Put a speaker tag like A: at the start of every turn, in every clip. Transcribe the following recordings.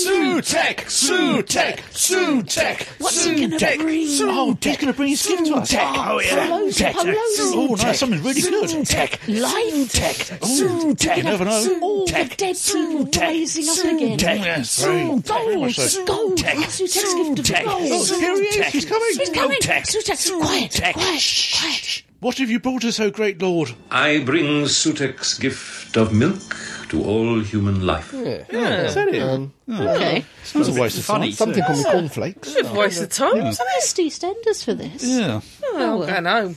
A: Sutech, Sutech, Sutech,
B: What's he gonna bring?
A: Oh, he's going to bring his skin to us.
B: Oh, yeah. Polo.
A: Oh, nice, something really good.
B: Sutech, life tech,
A: Sutech, you never know.
B: All the dead people raising up again.
A: Yes, very-
B: Gold,
A: very much so.
B: gold, Sutech's gift of
A: Sutech.
B: gold.
A: Oh, here he is, he's coming.
B: He's coming.
A: Sutech.
B: Sutech, quiet,
A: Sutech.
B: quiet, quiet.
A: What have you brought us, O great lord?
C: I bring Sutek's gift of milk to all human life.
D: Is that it?
B: Okay.
A: Sounds a waste of
D: funny.
A: time.
E: Something called cornflakes.
D: Good voice of time.
B: Some of this EastEnders for this.
A: Yeah.
D: Oh, well. going home.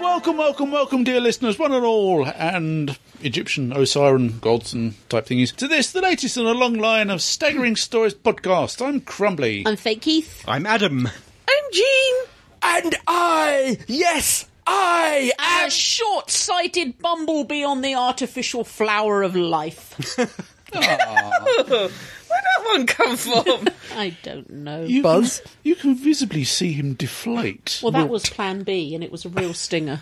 A: Welcome, welcome, welcome, dear listeners, one and all, and Egyptian Osiran gods and type thingies, to this, the latest in a long line of staggering stories podcast. I'm Crumbly.
B: I'm fake Keith.
F: I'm Adam.
D: I'm Jean.
E: And I, yes, I
B: A short-sighted bumblebee on the artificial flower of life.
D: Where'd that one come from?
B: I don't know.
A: You
E: Buzz.
A: Can, you can visibly see him deflate.
B: Well, that was Plan B, and it was a real stinger.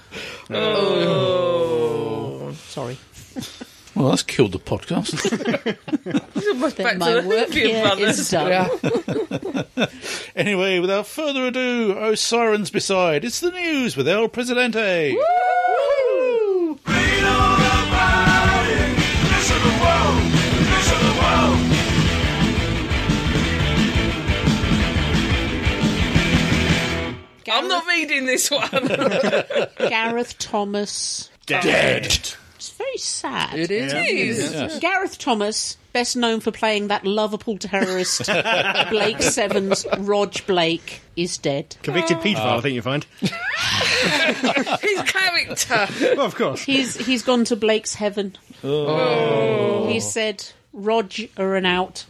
B: oh, sorry.
A: Well, that's killed the podcast.
D: It's almost
B: Then
D: back
B: my
D: to the
B: work
D: Olympian
B: here
D: brothers.
B: is done.
A: anyway, without further ado, Osirans beside, it's the news with El Presidente.
D: I'm not reading this one.
B: Gareth Thomas.
A: Dead.
B: It's very sad.
D: It is.
B: Gareth Thomas, best known for playing that Liverpool terrorist Blake Sevens, Rog Blake, is dead.
F: Convicted paedophile, I think you find.
D: His character.
F: well, of course.
B: He's he's gone to Blake's heaven. He said, "Rog are an out."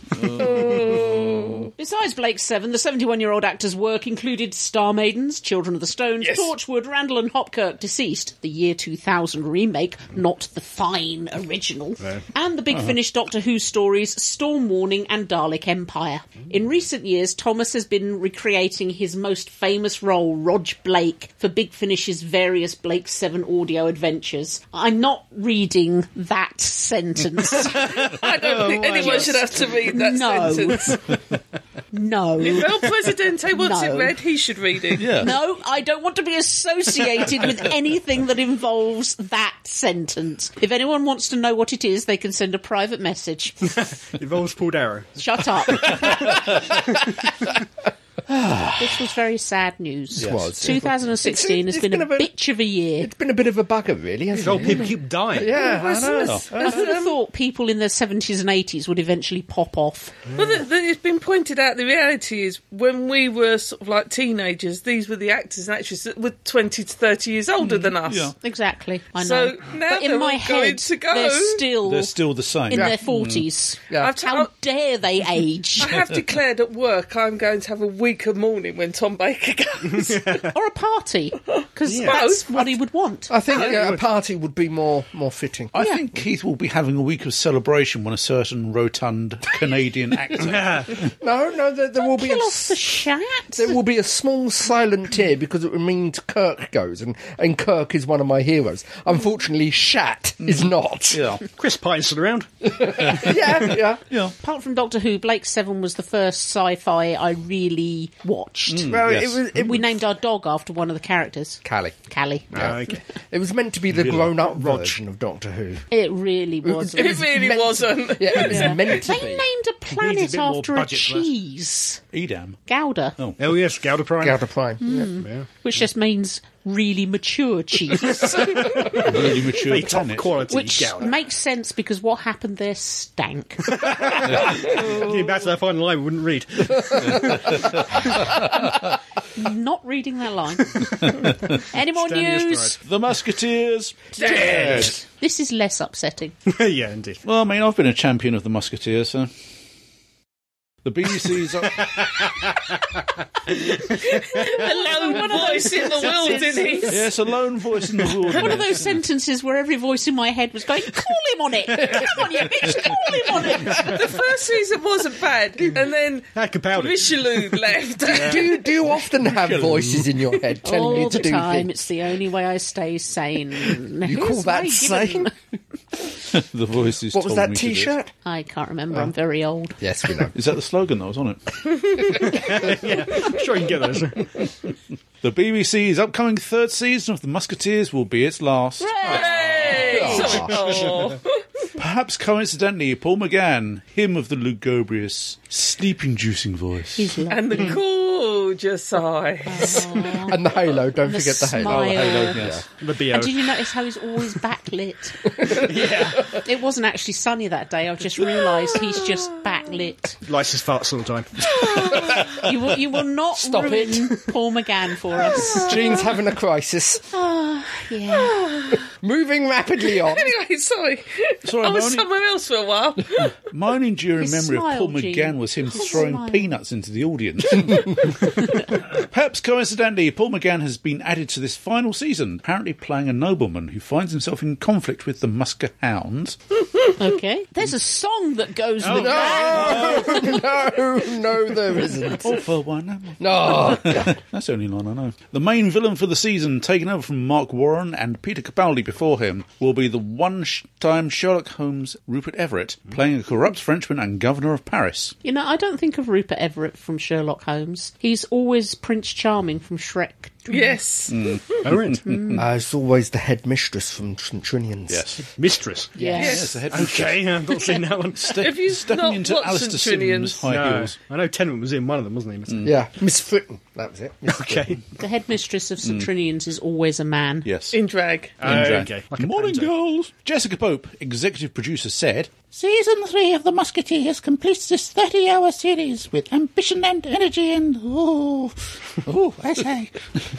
B: Besides Blake's Seven, the 71-year-old actor's work included Star Maidens, Children of the Stones, Torchwood, Randall and Hopkirk, Deceased, the year 2000 remake, not the fine original, and the big Finnish Doctor Who stories Storm Warning and Dalek Empire. In recent years, Thomas has been recreating his most famous role, Rog Blake, for Big Finish's various Blake 7 audio adventures. I'm not reading that sentence.
D: I don't think anyone should have to read that
B: No.
D: sentence.
B: no.
D: Well, Presidente wants
B: No.
D: it read. He should read it.
A: Yeah.
B: No, I don't want to be associated with anything that involves that sentence. If anyone wants to know what it is, they can send a private message.
F: Involves Paul Darrow.
B: Shut up. this was very sad news.
E: Yes. was.
B: 2016
E: It's-
B: has
E: it's
B: been a
E: been a bit-
B: bitch of a year.
E: It's been a bit of a bugger, really, hasn't
F: These old
E: it?
F: people keep dying.
E: Yeah, I know.
B: I would
D: um,
B: have thought people in their 70s and 80s would eventually pop off.
D: Well, the, the, it's been pointed out. The reality is, when we were sort of like teenagers, these were the actors and actresses that were twenty to thirty years older than us.
A: Yeah.
B: Exactly, I
D: So
B: know.
D: now
B: but
D: they're
B: in my
D: all going
B: head,
D: to go.
B: they're still
A: They're still the same.
B: in their 40s.
D: Mm. I've t-
B: How dare they age?
D: I have declared at work I'm going to have a weaker morning when Tom Baker goes.
B: or a party because
F: Yeah.
B: that's
D: Both.
B: what he would want.
E: I think uh, a party would be more more fitting.
A: I think Keith will be having a week of celebration when a certain rotund Canadian actor.
E: No, no, there, there will be a
B: Kill off the
E: s-
B: shat.
E: there will be a small silent tear because it means Kirk goes, and, and Kirk is one of my heroes. Unfortunately, Shat is not.
A: yeah.
F: Chris Pine's still around.
E: Mm. yeah, yeah.
A: Yeah.
B: Apart from Doctor Who, Blake Seven was the first sci-fi I really watched.
E: Well,
A: Yes.
E: it was it,
B: We named our dog after one of the characters,
E: Hmm. Callie.
B: Callie.
F: Uh, okay.
E: It was meant to be the grown-up version of Doctor Who.
B: It really was.
D: it really
E: meant to-
D: wasn't.
E: Yeah, it was meant to
B: They
E: be.
B: named a planet
F: bit more
B: after a
F: budget for us.
B: cheese,
A: Edam.
B: Gouda,
F: Oh, yes, Gouda Prime.
E: Gouda Prime. yeah.
B: Hmm.
F: Yeah.
B: which just means really mature cheese,
A: Really mature
F: Very top
A: planet.
F: quality
B: which
F: Gouda.
B: makes sense because what happened there stank.
F: Getting back to that final line, we wouldn't read.
B: Not reading that line. Any more
F: Stand your
B: news?
F: stride.
A: The Musketeers. Dead.
B: This is less upsetting.
F: yeah, indeed.
A: Well, I mean, I've been a champion of the Musketeers, so The BBC's.
D: Alone one voice in the world, isn't he?
A: yes, a lone voice in the wilderness.
B: One of those sentences where every voice in my head was going, "Call him on it! Come on, you bitch! Call him on it!"
D: The first season wasn't bad, and then
F: Had compelled it.
D: Richelieu left.
E: Do you, do you often have voices in your head telling
B: All
E: you to
B: the
E: do
B: time,
E: things?
B: it's the only way I stay sane.
E: You call that saying?
A: the voices.
E: What was
A: told
E: that
A: me to do it.
E: T-shirt?
B: I can't remember.
E: Oh.
B: I'm very old.
E: Yes, we know.
A: Is that the slogan that was on it?
F: Sure, you can get those.
A: The BBC's upcoming third season of The Musketeers will be its last.
D: Hey, sorry. Oh.
A: Perhaps coincidentally, Paul McGann, him of the lugubrious, sleeping juicing voice.
D: and the gorgeous eyes.
E: And the halo. Don't
B: The
E: forget the halo.
B: smile.
A: yes.
F: The
B: And
F: BO.
B: did you notice how he's always backlit? yeah. It wasn't actually sunny that day. I've just realised he's just backlit.
F: Lights his farts all the time.
B: You will, you will not
E: Stop
B: ruin Paul McGann for us.
E: Gene's having a crisis.
B: Yeah.
E: Moving rapidly on.
D: Anyway, sorry.
A: Sorry,
D: I
A: my
D: was
A: only-
D: somewhere else for a while.
A: My only enduring
B: His
A: memory
B: smile,
A: of Paul
B: Gene.
A: McGann was him
B: His
A: throwing
B: smile.
A: peanuts into the audience. Perhaps coincidentally, Paul McGann has been added to this final season, apparently playing a nobleman who finds himself in conflict with the Musker Hounds.
B: Okay. There's a song that goes with that.
E: No, no, no, there isn't.
A: All Oh, for one. am I?
E: No. Uh,
A: That's the only line I know. The main villain for the season, taken over from Mark Warren and Peter Capaldi before him, will be the one sh- time Sherlock Holmes Rupert Everett, playing a corrupt Frenchman and governor of Paris.
B: You know, I don't think of Rupert Everett from Sherlock Holmes. He's always Prince Charming from Shrek.
D: Yes.
F: Oh, right.
E: Uh, it's always the headmistress from Tr- Trinians.
F: Mistress.
B: Yes.
A: Yes, the head
F: Okay, I've not seen that one.
A: Ste-
D: Have you
A: stepping
D: not
A: into
D: watched
A: Alistair
D: St. Trinian's?
A: Simmons' high
F: No,
A: heels.
F: Uh, I know Tenement was in one of them, wasn't he?
E: Yeah, Miss Fritton. That was it. Miss
F: Okay.
B: The headmistress of St. Trinian's is always a man.
A: Yes.
D: In drag.
F: Uh, Okay. Like a
A: Morning,
F: panto.
A: girls. Jessica Pope, executive producer, said,
G: Season 3 of The Musketeers completes this 30 hour series with ambition and energy and. Oh, oh I say.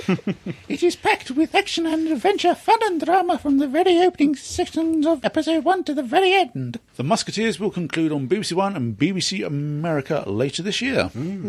G: it is packed with action and adventure, fun and drama from the very opening sections of episode 1 to the very end.
A: "The Musketeers will conclude on BBC One and BBC America later this year."
F: Mm.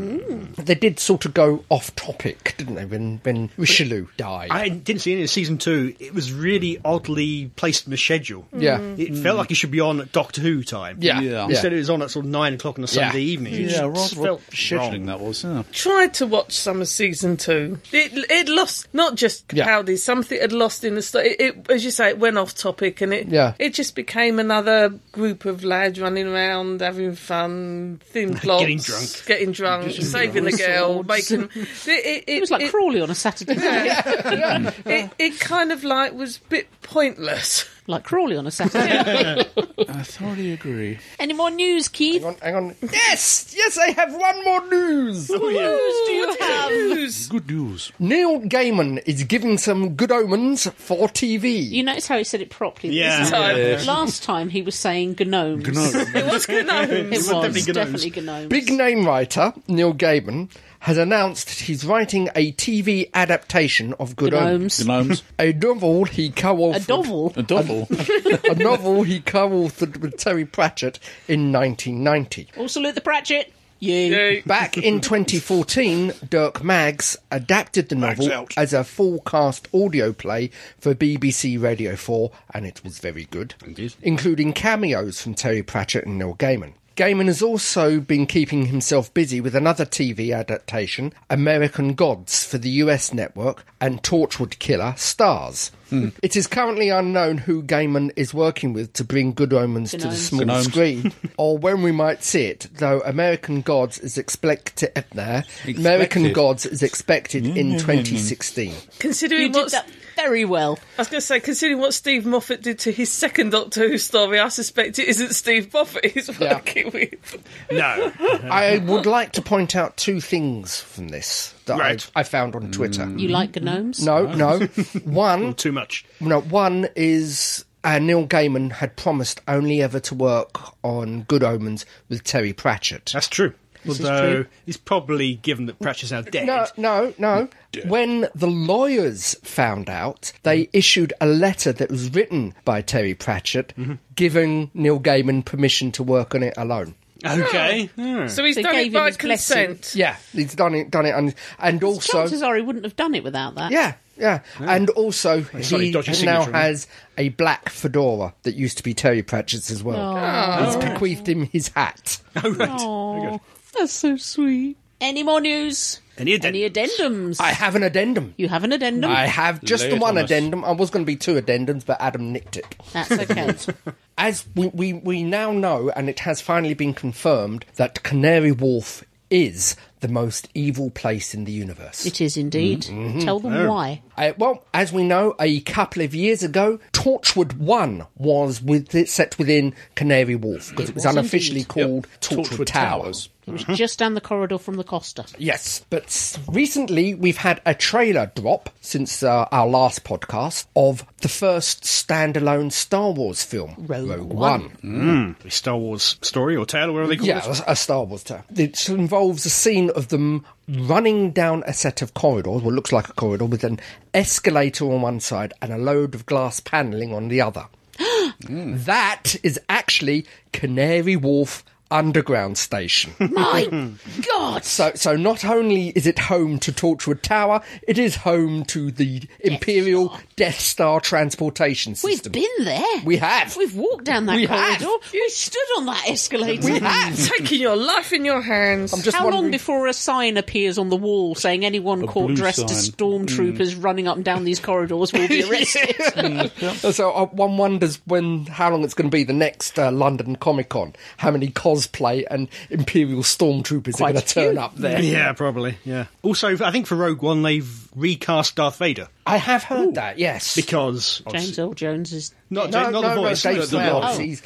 E: Fritton. They did sort of go off topic, didn't they? When when Richelieu died.
F: I didn't see any of season two. It was really oddly placed in the schedule.
E: Mm. Yeah.
F: It felt like it should be on at Doctor Who time.
E: yeah.
A: Yeah.
F: Instead, it was on at sort of nine o'clock on a Sunday
E: Yeah.
F: evening. It
A: Yeah,
F: just
A: rather
F: felt
A: scheduling
F: wrong.
A: that was. Yeah.
D: Tried to watch some of season two. It it lost not just
E: Yeah.
D: Capaldi, something had lost in the story. It, it as you say, it went off topic and it
E: Yeah.
D: it just became another group of lads running around having fun, thin plots,
F: Getting drunk.
D: getting drunk, saving the girl, making it, it,
B: It was like Crawley on a Saturday night.
D: it, it kind of like was a bit pointless.
B: Like Crawley on a Saturday night.
A: I thoroughly agree.
B: Any more news, Keith?
E: Hang on, hang on. Yes, yes, I have one more
B: News
E: news.
B: do you have?
D: News.
A: Good news.
E: Neil Gaiman is giving some good omens for TV.
B: You notice how he said it properly this
F: Yeah.
B: time.
D: Time.
B: Last time he was saying gnomes.
D: It was good
B: It
D: news.
B: was
F: definitely gnomes.
B: definitely gnomes.
E: Big name writer Neil Gaiman has announced that he's writing a TV adaptation of Good Omens.
B: gnomes.
A: Gnomes.
E: A novel he
B: A
E: co-authored.
B: dovel.
A: A dovel.
E: a novel he co-authored with Terry Pratchett in 1990.
B: Also, Luther Pratchett. You.
D: Yeah.
E: Back in 2014, Dirk Maggs adapted the novel
F: out.
E: as a full cast audio play for BBC Radio 4, and it was very good, including cameos from Terry Pratchett and Neil Gaiman. Gaiman has also been keeping himself busy with another TV adaptation, American Gods, for the US network, and Torchwood Killer Stars. It is currently unknown who Gaiman is working with to bring Good Omens to the
B: Gnomes.
E: small
A: Gnomes.
E: screen, or when we might see it. Though American Gods is expected, eh,
A: Expected.
E: American
A: Mm-hmm.
E: Gods is expected in 2016.
B: You
D: Considering
B: did
D: what's
B: that very well.
D: I was going to say, considering what Steve Moffat did to his second Doctor Who story, I suspect it isn't Steve Moffat he's
E: Yeah.
D: working with.
F: No.
E: I would like to point out two things from this that
F: Right.
E: I, I found on Twitter.
A: Mm.
B: You like gnomes?
E: No, no. One,
F: Too much.
E: no. One is. Uh, Neil Gaiman had promised only ever to work on Good Omens with Terry Pratchett.
F: That's true. Although it's probably given that Pratchett's now dead.
E: No, no, no. When the lawyers found out, they issued a letter that was written by Terry Pratchett, giving Neil Gaiman permission to work on it alone.
F: Okay. Hmm.
D: So he's
B: They
D: done
B: gave
D: it
B: him
D: by
B: his blessing.
D: consent.
E: Yeah, he's done it. Done it, and and also
B: Chances are he wouldn't have done it without that.
E: Yeah, yeah. And also,
F: slightly
E: he
F: dodgy
E: now
F: signature, isn't it?
E: has a black fedora that used to be Terry Pratchett's as well. He's bequeathed him his hat.
B: Aw, that's so sweet. Any more news?
F: Any addendums?
B: Any addendums?
E: I have an addendum.
B: you have an addendum?
E: I have just the
A: Lay it
E: one
A: on us.
E: addendum. I was going to be two addendums, but Adam nicked it.
B: That's okay.
E: As we, we, we now know, and it has finally been confirmed, that Canary Wharf is the most evil place in the universe.
B: it is indeed.
E: Mm-hmm.
B: Tell them why.
E: Uh, well, as we know, a couple of years ago, Torchwood One was with, set within Canary Wharf because it, was,
B: was
E: unofficially
B: indeed.
E: called Torchwood,
A: Torchwood
E: Towers.
A: Towers.
B: It was
E: Mm-hmm.
B: just down the corridor from the Costa.
E: Yes, but s- recently we've had a trailer drop since uh, our last podcast of the first standalone Star Wars film,
B: Rogue One.
F: A Star Wars story or tale or whatever they call
E: Yeah,
F: it.
E: a a Star Wars tale. It involves a scene of them running down a set of corridors, what looks like a corridor, with an escalator on one side and a load of glass panelling on the other. Mm. That is actually Canary Wharf Underground Station.
B: My God!
E: so, so not only is it home to Torchwood Tower, it is home to the Imperial Death Star transportation
B: We've
E: system.
B: been there.
E: We have.
B: We've walked down that
E: We have.
B: corridor. We stood on that escalator.
E: We have.
D: Taking your life in your hands.
E: I'm just
B: How long
E: wondering-
B: before a sign appears on the wall saying anyone caught
A: blue
B: dressed as
A: sign.
E: Mm.
B: stormtroopers running up and down these corridors will be arrested?
E: So uh, one wonders when how long it's going to be the next uh, London Comic Con. How many cosplay and Imperial stormtroopers are
B: Quite
E: going
B: a
E: to
B: few.
E: turn up there?
F: Yeah, probably. Yeah. Also, I think for Rogue One, they've recast Darth Vader
E: I have heard that. Yes,
F: because
B: James Earl Jones is.
F: not,
E: no,
F: not
E: no,
F: the
E: no,
F: voice,
E: Dave
F: but the
E: Prowse,
F: voice.
E: he's-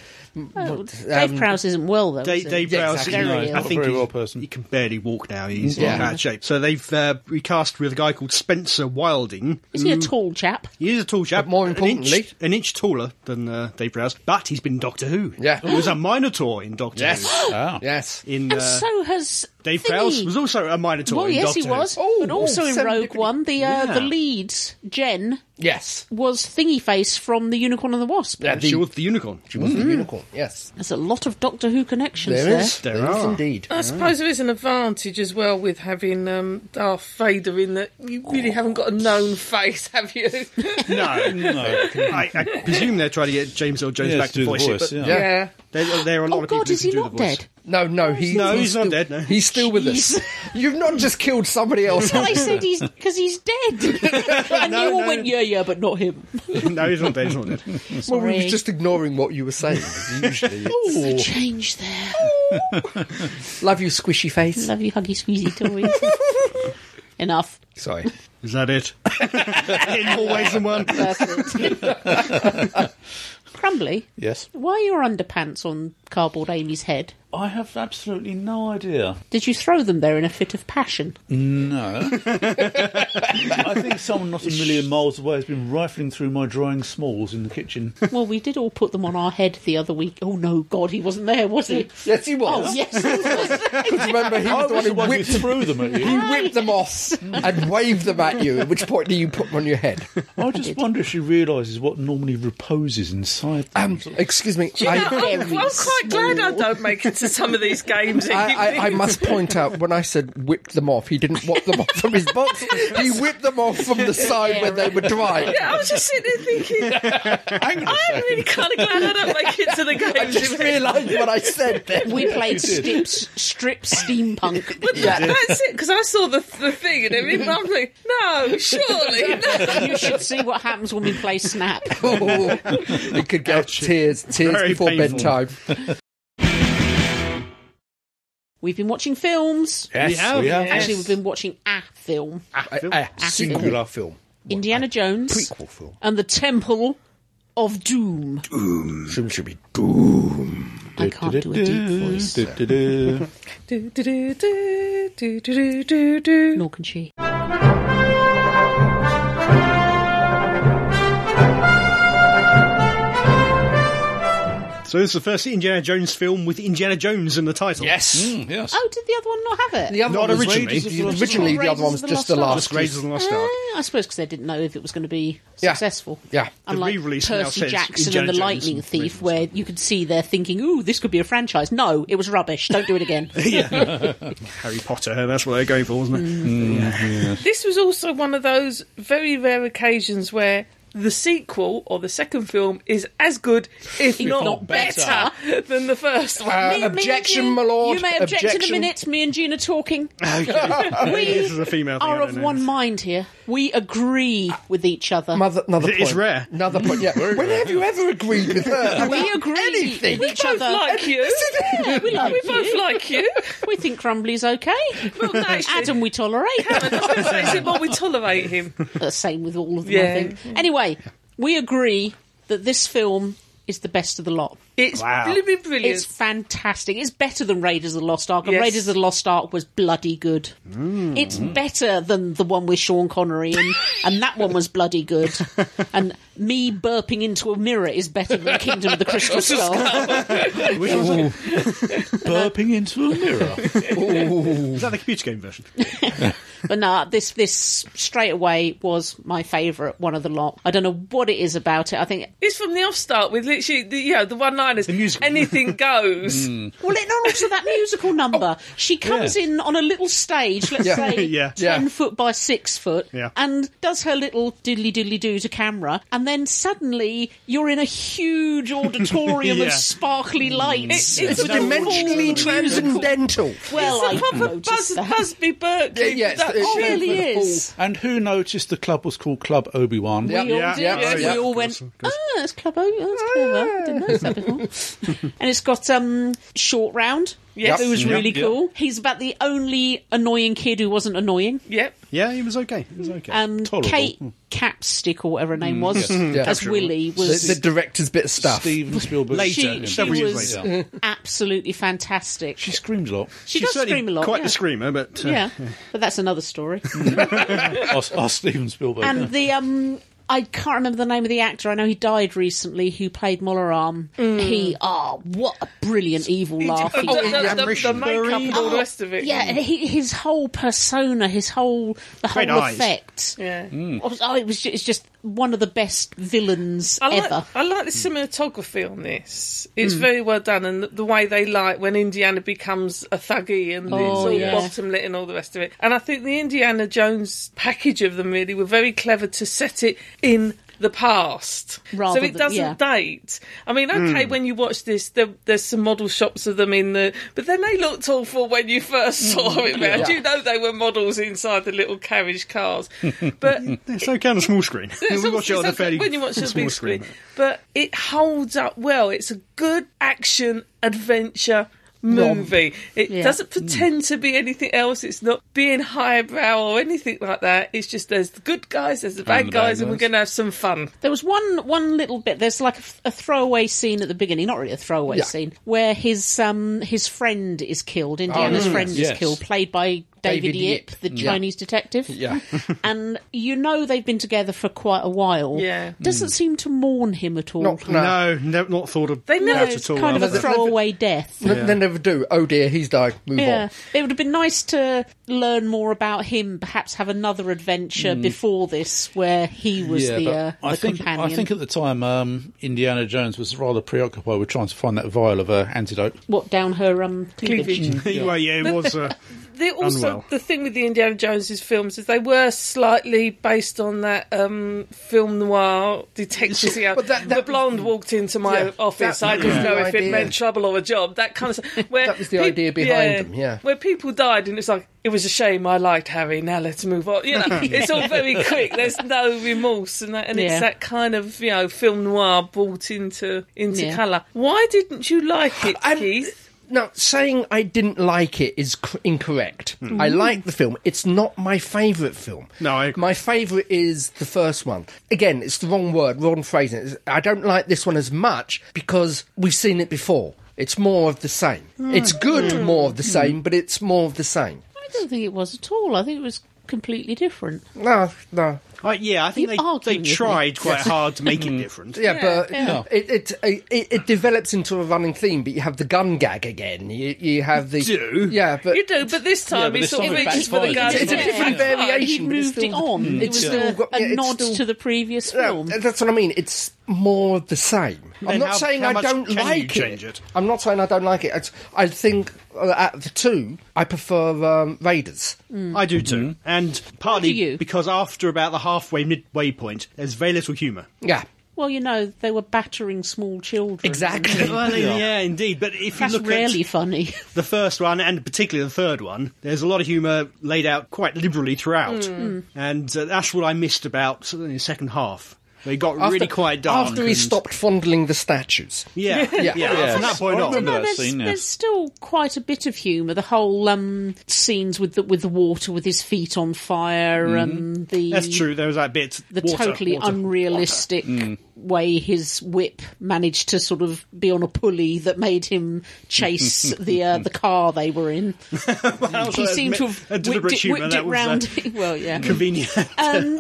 B: Oh, Dave Prowse isn't well though.
F: um, Dave,
B: is he?
F: Dave
E: Yeah,
F: Prowse,
E: exactly.
F: you know,
B: Very
F: I
B: ill.
F: think
A: Very
F: he's-
A: well person.
F: he can barely walk now. He's
E: Yeah.
F: in bad shape. So they've uh, recast with a guy called Spencer Wilding.
B: Is he a tall chap?
F: He is a tall chap,
E: But more
F: an inch-
E: importantly-
F: an inch, taller than uh, Dave Prowse, but he's been Doctor Who.
E: Yeah.
F: he was a Minotaur in Doctor Who.
A: Ah.
E: Yes,
F: In uh,
B: And so has
F: Dave
B: thingy.
F: Prowse was also a Minotaur.
B: Well,
F: in
B: yes,
F: Doctor
B: he was.
F: Who.
E: Oh,
B: but also
E: oh,
B: in
E: serendipity.
B: Rogue One, the uh,
F: Yeah.
B: the leads Jen
E: yes.
B: was Thingy Face from the Unicorn and the Wasp.
E: Yeah,
F: And she was the unicorn.
E: she was the unicorn. Yes,
B: There's a lot of Doctor Who connections there.
E: there is.
F: There
E: there is
F: are.
E: indeed.
D: I suppose there is an advantage as well with having um, Darth Vader in that you really haven't got a known face, have you?
F: No,
A: No.
F: I, I presume they're trying to get James Earl Jones
A: Yeah,
F: back
A: to
F: to
A: do the
F: voice it.
A: voice,
F: but
A: yeah.
E: Yeah.
D: yeah.
F: there, there are a
B: Oh
F: lot of people
B: God,
F: who
B: is he
F: can do
B: not
F: the voice.
B: dead?
E: No, no, he's
F: No, he's not
E: still,
F: dead, no.
E: he's still with us.
B: Jeez.
E: You've not just killed somebody else.
B: I said he's because he's dead, and you all
F: no.
B: went yeah, yeah, but not him.
F: no, he's not dead. He's not dead.
E: well, we were
B: Sorry.
E: just ignoring what you were saying. 'cause Usually, it's-
B: The change there.
E: love you, squishy face.
B: Love you, huggy, squeezy toys. Enough.
E: Sorry.
F: Is that it? In more ways than one.
B: That's it. Crumbly,
A: Yes.
B: why are your underpants on cardboard Amy's head?
A: I have absolutely no idea.
B: Did you throw them there in a fit of passion?
A: No. I think someone not a million miles away has been rifling through my drying smalls in the kitchen.
B: Well, we did all put them on our head the other week. Oh no, God, he wasn't there, was he?
E: Yes, he was.
B: Oh yes, he was.
E: Because remember, he was the
A: Someone who
E: one who whipped
A: threw them at
E: He
A: you.
E: whipped them off and waved them at you, at which point do you put them on your head?
A: I just wonder if she realises what normally reposes inside them.
E: Um, excuse me,
D: You know,
E: I,
D: I'm, I'm quite glad I don't make it to some of these games.
E: I, I, I must point out when I said whipped them off, he didn't whip them off from his box. He whipped them off from the side where they were dry.
D: Yeah, I was just sitting there thinking, I'm really kind of glad I don't make it to the games.
E: I just realised what I said then.
B: we played strip, strip steampunk.
D: But that, that's it, because I saw the, the thing and it I'm like, no, surely. No.
B: you should see what happens when we play Snap.
E: Oh, it could get tears, tears
F: Very
E: before
F: painful.
E: bedtime.
B: We've been watching films.
A: yes,
F: we have, yeah.
B: Actually, we've been watching a film
E: A, a singular film,
B: Indiana Jones
E: prequel film.
B: and the Temple of Doom.
E: Film should be doom.
B: I can't do a deep voice,
A: Du-du-du.
D: do, do, do, do, do, do, do, do.
B: nor can she.
F: So this is the first Indiana Jones film with Indiana Jones in the title.
E: Yes.
A: Mm, yes.
B: Oh, did the other one not have it?
E: The other
F: Not
E: one was
F: originally.
E: Raiders of the
F: Originally,
E: Lost Originally,
B: Ark.
E: the other one
B: Raiders
E: was
B: of the
E: just the
B: Lost Ark.
E: last.
F: Just Raiders of the Lost Ark.
B: Uh, I suppose because they didn't know if it was going to be
E: Yeah.
B: successful.
E: Yeah. The
B: Unlike
F: re-release now
B: Percy
F: says
B: Jackson
F: Indiana
B: and the
F: Jones
B: Lightning
F: and
B: Thief,
F: Raiders.
B: where you could see they're thinking, "Ooh, this could be a franchise." No, it was rubbish. Don't do it again.
F: Harry Potter, that's what they're going for, wasn't it?
B: Mm.
F: Mm.
D: This was also one of those very rare occasions where the sequel or the second film is as good, if not,
B: not
D: better, than the first one.
E: Uh,
B: Me- me and
E: objection,
B: you-
E: my lord.
B: You may object in
E: Objection.
B: a minute. Me and Gina talking
F: this is a female thing. I
B: are
F: don't
B: of
F: know.
B: one mind here. We agree with each other.
E: Another, another
F: It's
E: point.
F: rare.
E: Another point. Yeah. when have you ever agreed with her?
B: we
E: about
B: agree
E: anything?
B: with each
D: both
B: other.
D: like you.
B: Yeah, we like
D: we
B: you.
D: both like you.
B: We think Crumbly's okay.
D: Well, no, actually,
B: Adam, we tolerate.
D: I was gonna say, is it more we tolerate him?
B: the same with all of them, I
D: Yeah.
B: think. Anyway, we agree that this film is the best of the lot.
D: It's
F: Wow.
D: blooming brilliant.
B: It's fantastic. It's better than Raiders of the Lost Ark, and
D: Yes.
B: Raiders of the Lost Ark was bloody good. It's better than the one with Sean Connery, and, and that one was bloody good. And me burping into a mirror is better than Kingdom of the Crystal Skull.
F: Which one's that?
A: Burping into a mirror.
F: Is that the computer game version?
B: But no, this this straight away was my favourite one of the lot. I don't know what it is about it. I think
D: It's from the off start with literally, the, you know, the one liners.
F: musical.
D: Anything goes.
B: Well, it, and also that musical number. She comes
A: Yeah.
B: in on a little stage, let's
E: Yeah.
B: say
F: Yeah.
B: ten
E: Yeah.
B: foot by six foot,
F: Yeah.
B: and does her little diddly diddly do to camera, and then suddenly you're in a huge auditorium
F: Yeah.
B: of sparkly lights.
D: It's
E: It's
D: no
E: dimensionally
D: wonder.
E: transcendental.
B: well,
D: It's a
B: I
D: proper
B: noticed
D: Buzz,
B: that.
D: Busby Berkeley.
E: Yeah, yeah, it's-
D: that
E: it's-
B: It
D: shit.
B: really is.
A: And who noticed the club was called Club Obi Wan?
E: Yeah.
B: We all did.
E: yeah,
B: we
E: yeah.
B: all went. Ah, that's club. Oh, that's clever. I didn't notice that before. and it's got um short round.
D: Yes.
B: who was
A: Yep.
B: really
A: Yep.
B: cool. He's about the only annoying kid who wasn't annoying.
D: Yep.
F: Yeah, he was okay. He was okay.
B: um,
A: Tolerable.
B: Kate Capstick or whatever her name was
E: Yeah.
B: as Willie was
E: The, the director's bit of stuff.
A: Steven Spielberg.
F: Later,
B: she,
A: Yeah.
B: she
F: several years
B: was
A: later.
B: absolutely fantastic.
A: She
B: She,
A: screamed a lot.
B: does
F: certainly
B: scream a lot.
F: Quite
B: yeah.
F: the screamer, but uh,
B: Yeah, but that's another story.
A: Oh, oh, Steven Spielberg. yeah.
B: and the um, I can't remember the name of the actor. I know he died recently. Who played Molaram? He oh, what a brilliant evil laugh
D: The,
B: he had.
D: the, the, the makeup and all the rest of it.
B: Oh, Yeah, and he, his whole persona, his whole the
F: Great
B: whole
F: eyes.
B: effect.
D: Yeah.
B: Oh, it was just, it's just one of the best villains
D: I
B: ever. Mm.
D: like, I like the cinematography on this. It's very well done, and the, the way they like when Indiana becomes a thuggy and it's all
B: yeah.
D: bottom lit and all the rest of it. And I think the Indiana Jones package of them really were very clever to set it in the past,
B: Rather
D: so it
B: than-
D: doesn't
B: yeah.
D: date. I mean, okay, when you watch this, there, there's some model shops of them in the, but then they looked awful when you
B: Mm.
D: first saw it. Man, you know they were models inside the little carriage cars, but
F: it's okay on the small screen.
D: it's
F: we watch
D: obviously
F: it on a
D: something
F: fairly
D: when you watch it on
F: small
D: big
F: screen.
D: screen, but it holds up well. It's a good action adventure movie. It
B: Yeah.
D: doesn't
F: Hmm.
D: pretend to be anything else. It's not being highbrow or anything like that. It's just there's the good guys, there's the bad
A: the bad
D: guys, and we're
A: guys.
D: going to have some fun.
B: There was one one little bit. There's like a, a throwaway scene at the beginning, not really a throwaway
E: Yeah.
B: scene, where his um his friend is killed. Indiana's friend
A: yes.
B: is killed, played by David,
E: David
B: Yip,
E: Yip.
B: the
E: Yeah.
B: Chinese detective.
E: Yeah.
B: and you know they've been together for quite a while.
D: Yeah.
B: doesn't seem to mourn him at all.
E: Not- no.
F: No, no, not thought of
D: They never-
F: that
B: it's
F: at all.
B: kind of a
F: after that.
B: throwaway death.
E: N- They never do. Oh dear, he's died. Move
B: Yeah,
E: on.
B: it would have been nice to learn more about him. Perhaps have another adventure before this, where he was
A: Yeah,
B: the,
A: but
B: uh,
A: I
B: the
A: think
B: companion.
A: I think at the time um, Indiana Jones was rather preoccupied with trying to find that vial of uh, antidote.
B: what down her um cleavage.
F: Well, yeah, it was. Uh,
D: They also
F: Unwell.
D: the thing with the Indiana Jones's films is they were slightly based on that um, film noir detective. you know,
E: but that- that-
D: the blonde walked into my
E: Yeah,
D: office.
E: that
D: I
E: was
D: didn't
E: the
D: know if it
E: idea.
D: meant trouble or a job. That kind of stuff. Where
E: That was the
D: peop-
E: idea behind them, yeah.
D: where people died and it's like it was a shame. I liked Harry. Now let's move on. You know, it's all very quick. There's no remorse, and that, and
B: Yeah.
D: it's that kind of you know film noir brought into into
B: Yeah.
D: colour. Why didn't you like it,
E: I'm-
D: Keith?
E: Now, saying I didn't like it is cr- incorrect. I like the film. It's not my favourite film.
F: No, I agree.
E: My favourite is the first one. Again, it's the wrong word, wrong phrasing. It's- I don't like this one as much because we've seen it before. It's more of the same. It's good, more of the same, but it's more of the same.
B: I don't think it was at all. I think it was completely different.
E: No, no.
F: Uh, yeah, I think
B: You
F: they,
B: are
F: they
B: doing it,
F: tried quite hard to make it
B: Mm.
F: different.
E: Yeah, but
B: yeah.
E: It, it it it develops into a running theme. But you have the gun gag again. You you have the
F: do?
E: yeah, but
D: You do, but this time
A: but
D: he
A: this
D: sort of
A: time it
D: reaches for the gun.
B: backfires.
E: it's a
B: Yeah.
E: different
B: Yeah. He
E: variation. but it's
B: moved
E: still
B: it on.
E: the-
B: It was
E: still
B: a,
E: got-
B: a
E: yeah, it's
B: nod
E: still-
B: to the previous
E: No,
B: film.
E: that's what I mean. It's more of the same. I'm
F: Then
E: not
F: how-
E: saying
F: how
E: I
F: much
E: don't
F: can you
E: like
F: change
E: it.
F: it?
E: I'm not saying I don't like it. It's, I think uh, at the two, I prefer um, Raiders.
B: Mm.
F: I do too. And partly
B: do you?
F: because after about the halfway, midway point, there's very little humour.
E: Yeah,
B: Well, you know, they were battering small children.
E: exactly.
F: Well, yeah. indeed. But if
B: That's
F: you look
B: really
F: at
B: funny.
F: the first one, and particularly the third one, there's a lot of humour laid out quite liberally throughout. And uh, that's what I missed about certainly the second half. They got really quite dark.
E: After he
F: and-
E: stopped fondling the statues.
F: Yeah, yeah.
E: Yeah.
F: From that point
A: I
F: on.
A: remember
B: No,
A: that
B: there's,
A: scene, yeah.
B: there's still quite a bit of humour. The whole um, scenes with the with the water, with his feet on fire,
E: Mm-hmm.
B: um, the
F: That's true. There was that bit.
B: the
F: water,
B: totally
F: water. Mm.
B: unrealistic way his whip managed to sort of be on a pulley that made him chase the uh, the car they were in.
F: Also,
B: he seemed
F: admit-
B: to have
F: a
B: whipped
F: deliberate
B: it,
F: humour,
B: whipped
F: that
B: it
F: was,
B: round.
F: uh,
B: well, yeah.
F: convenient.
B: Um,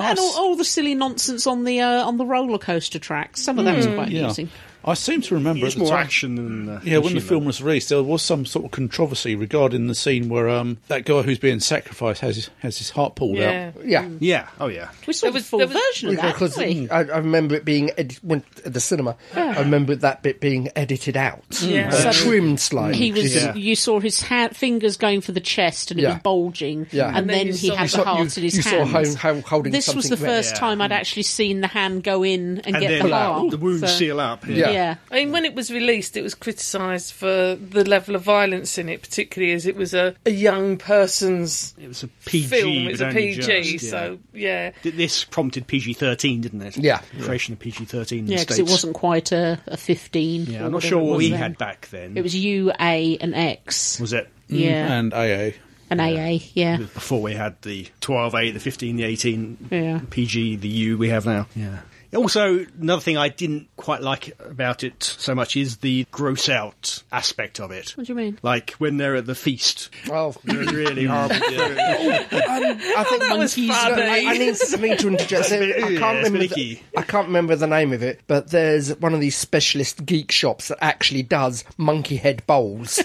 B: and all, all the silly nonsense on the uh, on the roller coaster tracks. Some of that was
F: Mm.
B: quite
A: Yeah.
B: amusing.
A: I seem to remember
F: it's
A: at the
F: more
A: time-
F: action than. Uh,
A: Yeah, when the
F: humour.
A: film was released, there was some sort of controversy regarding the scene where um, that guy who's being sacrificed has his, has his heart pulled
D: Yeah.
A: out.
E: Yeah.
F: Yeah. Oh, yeah.
B: We saw
D: There
B: the
D: was-
B: full
D: there was-
B: version of that.
E: Because
B: didn't we?
E: I, I remember it being edi- when, at the cinema. I remember that bit being edited out,
D: Yeah.
E: Uh,
B: So-
E: trimmed slightly.
B: He was.
F: Yeah.
B: You saw his ha- fingers going for the chest, and it
E: Yeah.
B: was bulging.
E: Yeah.
B: And,
E: And
D: then
B: then,
D: you
B: he
D: saw-
B: had
D: you
B: the
E: saw-
B: heart
E: you-
B: in his
E: you saw
B: hands.
E: ho- ho- holding
B: this was
E: something Mm.
B: the
E: red.
B: first
F: Yeah.
B: time I'd actually seen the hand go in and,
F: And
B: get
F: then
B: the heart.
F: the wound
B: So-
F: seal up. Yeah.
E: Yeah.
B: Yeah.
D: I mean, when it was released, it was criticised for the level of violence in it, particularly as it was a, a young person's
F: It was a PG.
D: film. It's
F: but
D: a
F: only
D: PG,
F: just, yeah.
D: so yeah.
F: Th- This prompted PG 13, didn't it?
E: Yeah.
F: The creation of PG 13 in the
B: Yeah, because
F: States.
B: it wasn't quite a, a 15. or
F: Yeah, I'm not
B: whatever
F: sure
B: it
F: what
B: was
F: we
B: then.
F: had back then.
B: It was U, A, and X.
F: Was Mm, it?
B: yeah.
A: And uh, AA.
B: And, AA, yeah.
F: Before we had the 12, 8, the 15, the 18,
B: Yeah.
F: the PG, the U we have now. Yeah. Also, another thing I didn't quite like about it so much is the gross out aspect of it.
B: What do you mean?
F: Like when they're at the feast.
E: Well,
F: really horrible.
E: I think
D: That was
B: Monkeys
E: No,
D: funny.
E: I, I need something to interject. So, I
F: Yeah,
E: can't
F: it's
E: remember. The,
F: Mickey.
E: I can't remember the name of it, but there's one of these specialist geek shops that actually does monkey head bowls,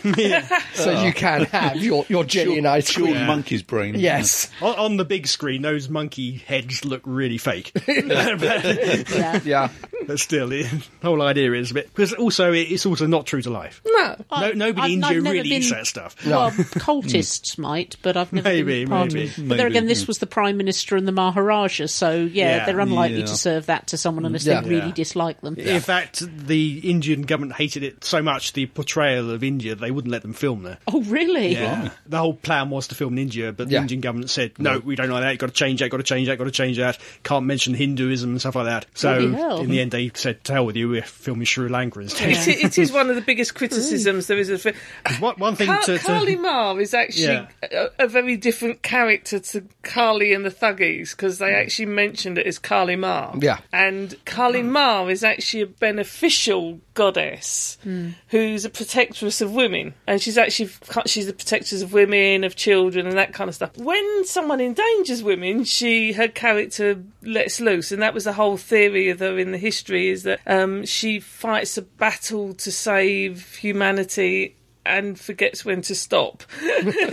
E: so you can have your your jelly and ice
A: Sure,
E: cream.
A: monkey's brain.
E: Yes,
F: on, on the big screen, those monkey heads look really fake. but,
B: Yeah.
E: yeah.
F: but still, the whole idea is a bit. Because also, it- it's also not true to life.
D: No,
F: No, nobody in
B: I've- I've
F: India
B: never
F: really
B: been-
F: eats that stuff.
B: Well, cultists might, but I've never
F: Maybe,
B: been part
F: maybe.
B: of it. But there
A: Maybe.
B: again, this was the Prime Minister and the Maharaja, so yeah,
F: Yeah.
B: they're unlikely
A: Yeah.
B: to serve that to someone unless
E: Yeah.
B: they really
F: Yeah.
B: dislike them.
F: In fact, the Indian government hated it so much, the portrayal of India, they wouldn't let them film there.
B: Oh, really?
F: The whole plan was to film in India, but
E: Yeah.
F: the Indian government said, no, we don't like that, got to change that, got to change that, got to change that, can't mention Hinduism and stuff like that. So,
B: Bloody hell.
F: in the end, they said, to hell with you, we're filming Sri Lanka instead.
D: it, i- it is one of the biggest criticisms there is of the film.
F: One, one thing
D: Car-
F: to, to-
D: Carly Marr is actually a, a very different character to Carly and the Thuggies because they actually mentioned it as Carly Marr.
E: Yeah.
D: And Carly
F: Mm.
D: Marr is actually a beneficial goddess
F: Mm.
D: who's a protectress of women, and she's actually she's the protectress of women, of children, and that kind of stuff. When someone endangers women, she her character lets loose, and that was the whole theory of her in the history is that um, she fights a battle to save humanity. And forgets when to stop,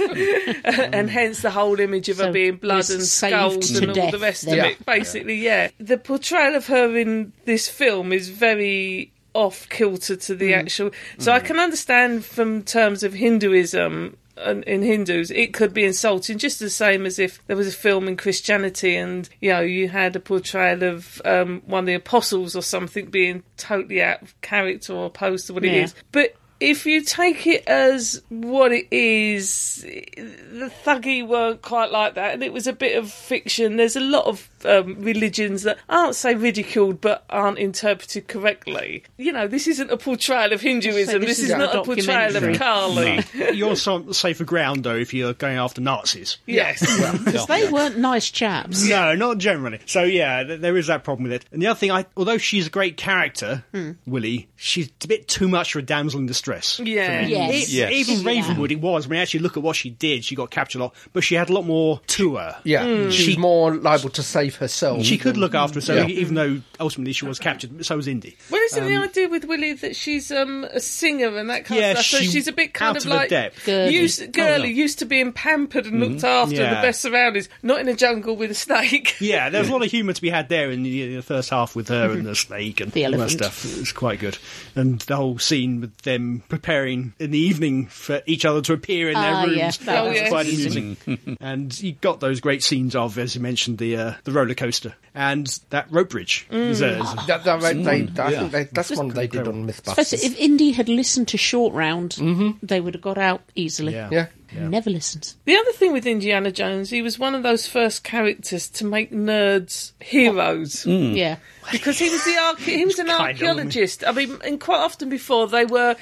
D: and hence the whole image of
B: So
D: her being blood
B: was
D: and
B: saved
D: skulls
B: to
D: and all the
B: death
D: rest
B: then.
D: of
E: Yeah.
D: it basically, yeah. The portrayal of her in this film is very off kilter to the actual. So I can understand from terms of Hinduism and in Hindus, it could be insulting, just the same as if there was a film in Christianity and you know you had a portrayal of um, one of the apostles or something being totally out of character or opposed to what it
B: Yeah.
D: is. But if you take it as what it is, the thuggy weren't quite like that, and it was a bit of fiction. There's a lot of um, religions that aren't, say, ridiculed but aren't interpreted correctly. You know, this isn't a portrayal of Hinduism.
B: So
D: this,
B: this
D: is
B: isn't
D: not
B: a
D: a portrayal
B: documentary.
D: of Kali.
F: You're on some safer ground, though, if you're going after Nazis.
D: Yes.
B: Because they weren't nice chaps.
F: No, not generally. So yeah, th- there is that problem
D: Hmm.
F: with it. And the other thing, I although she's a great character, Willie, she's a bit too much for a damsel in distress. stress. for
D: Yeah.
F: me.
B: Yes.
F: E-
A: Yes.
F: Even
B: Yeah.
F: Ravenwood, it was. I mean, actually, look at what she did. She got captured a lot, but she had a lot more to her.
E: Yeah, she's more liable to save herself.
F: She could look after herself,
E: Yeah.
F: even though ultimately she was captured. but So was Indy.
D: Well, isn't the idea with Willie that she's um, a singer and that kind
F: Yeah,
D: of stuff? So
F: she-
D: she's a bit kind
F: out
D: of
F: of her
D: like
F: depth.
B: Girly.
D: used, girly,
F: Oh, no.
D: used to being pampered and looked after in the
F: Yeah.
D: best surroundings, not in a jungle with a snake.
F: Yeah, there was a lot of humour to be had there in the, in the first half with her and the snake and
B: Mhm. The
F: all that
B: elephant.
F: stuff. It was quite good. And the whole scene with them preparing in the evening for each other to appear in their
B: Ah,
F: rooms.
B: yeah, that
F: That was
D: was
F: quite
D: amusing.
F: amusing. and you got those great scenes of, as you mentioned, the uh, the roller coaster and that rope bridge.
B: Mm.
F: Is a-
B: Ah,
F: is a-
E: That, that, they, they- I
A: yeah.
E: think they, that's one they did on
B: But
E: Mythbusters.
B: if Indy had listened to Short Round, they would have got out easily.
F: yeah.
E: Mm-hmm. Yeah.
B: Never listens.
D: The other thing with Indiana Jones, he was one of those first characters to make nerds heroes
E: Hmm.
B: Yeah.
D: because he was the arche- he was an
F: Kind of.
D: archaeologist. I mean, and quite often before they were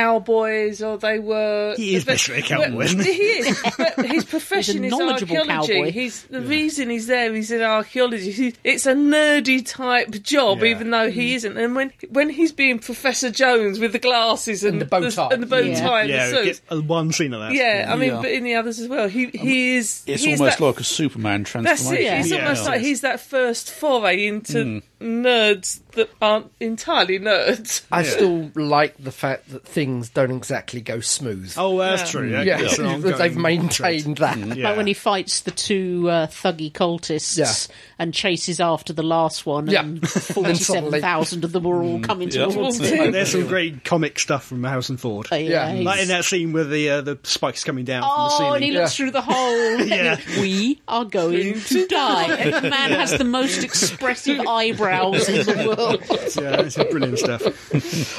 D: cowboys or they were.
F: He is
D: but-
F: basically a cowboy,
D: but-
F: isn't
D: he is, but his profession is
B: knowledgeable
D: archaeology.
B: cowboy.
D: He's the reason he's there. He's an archaeologist. He- It's a nerdy type job,
F: Yeah.
D: even though he isn't. And when when he's being Professor Jones with the glasses and,
E: the bow tie.
D: and the bow
B: Yeah.
D: tie and
F: Yeah,
D: the suits.
F: get uh, one scene of that.
D: Yeah, I mean,
A: Yeah. Um,
D: but in the others as well, he he is.
A: It's
D: he is
A: almost
D: that-
A: like a Superman
D: That's
A: transformation.
D: it. It's
B: Yeah.
D: almost like he's that first foray into
A: Hmm.
D: nerds that aren't entirely nerds.
E: I still like the fact that things don't exactly go smooth.
F: Oh, that's true. Yeah,
E: yeah,
F: it's an ongoing
E: they've
F: trait.
E: maintained that.
F: Yeah.
B: Like when he fights the two uh, thuggy cultists
E: Yeah.
B: and chases after the last one,
E: Yeah.
B: and
E: And suddenly-
B: 47,000 of them were
F: Hmm.
B: all coming
A: Yeah.
B: towards
D: Towards
B: him.
D: him.
F: There's some great comic stuff from Harrison Ford.
B: But yeah,
E: Yeah.
B: uh, he's-
F: Like in that scene where the uh, the spike's coming down from the
B: Oh,
F: ceiling.
B: and he looks through the hole.
F: Yeah.
B: We are going to die. And the man has the most expressive eyebrows in the world.
F: yeah, it's brilliant stuff.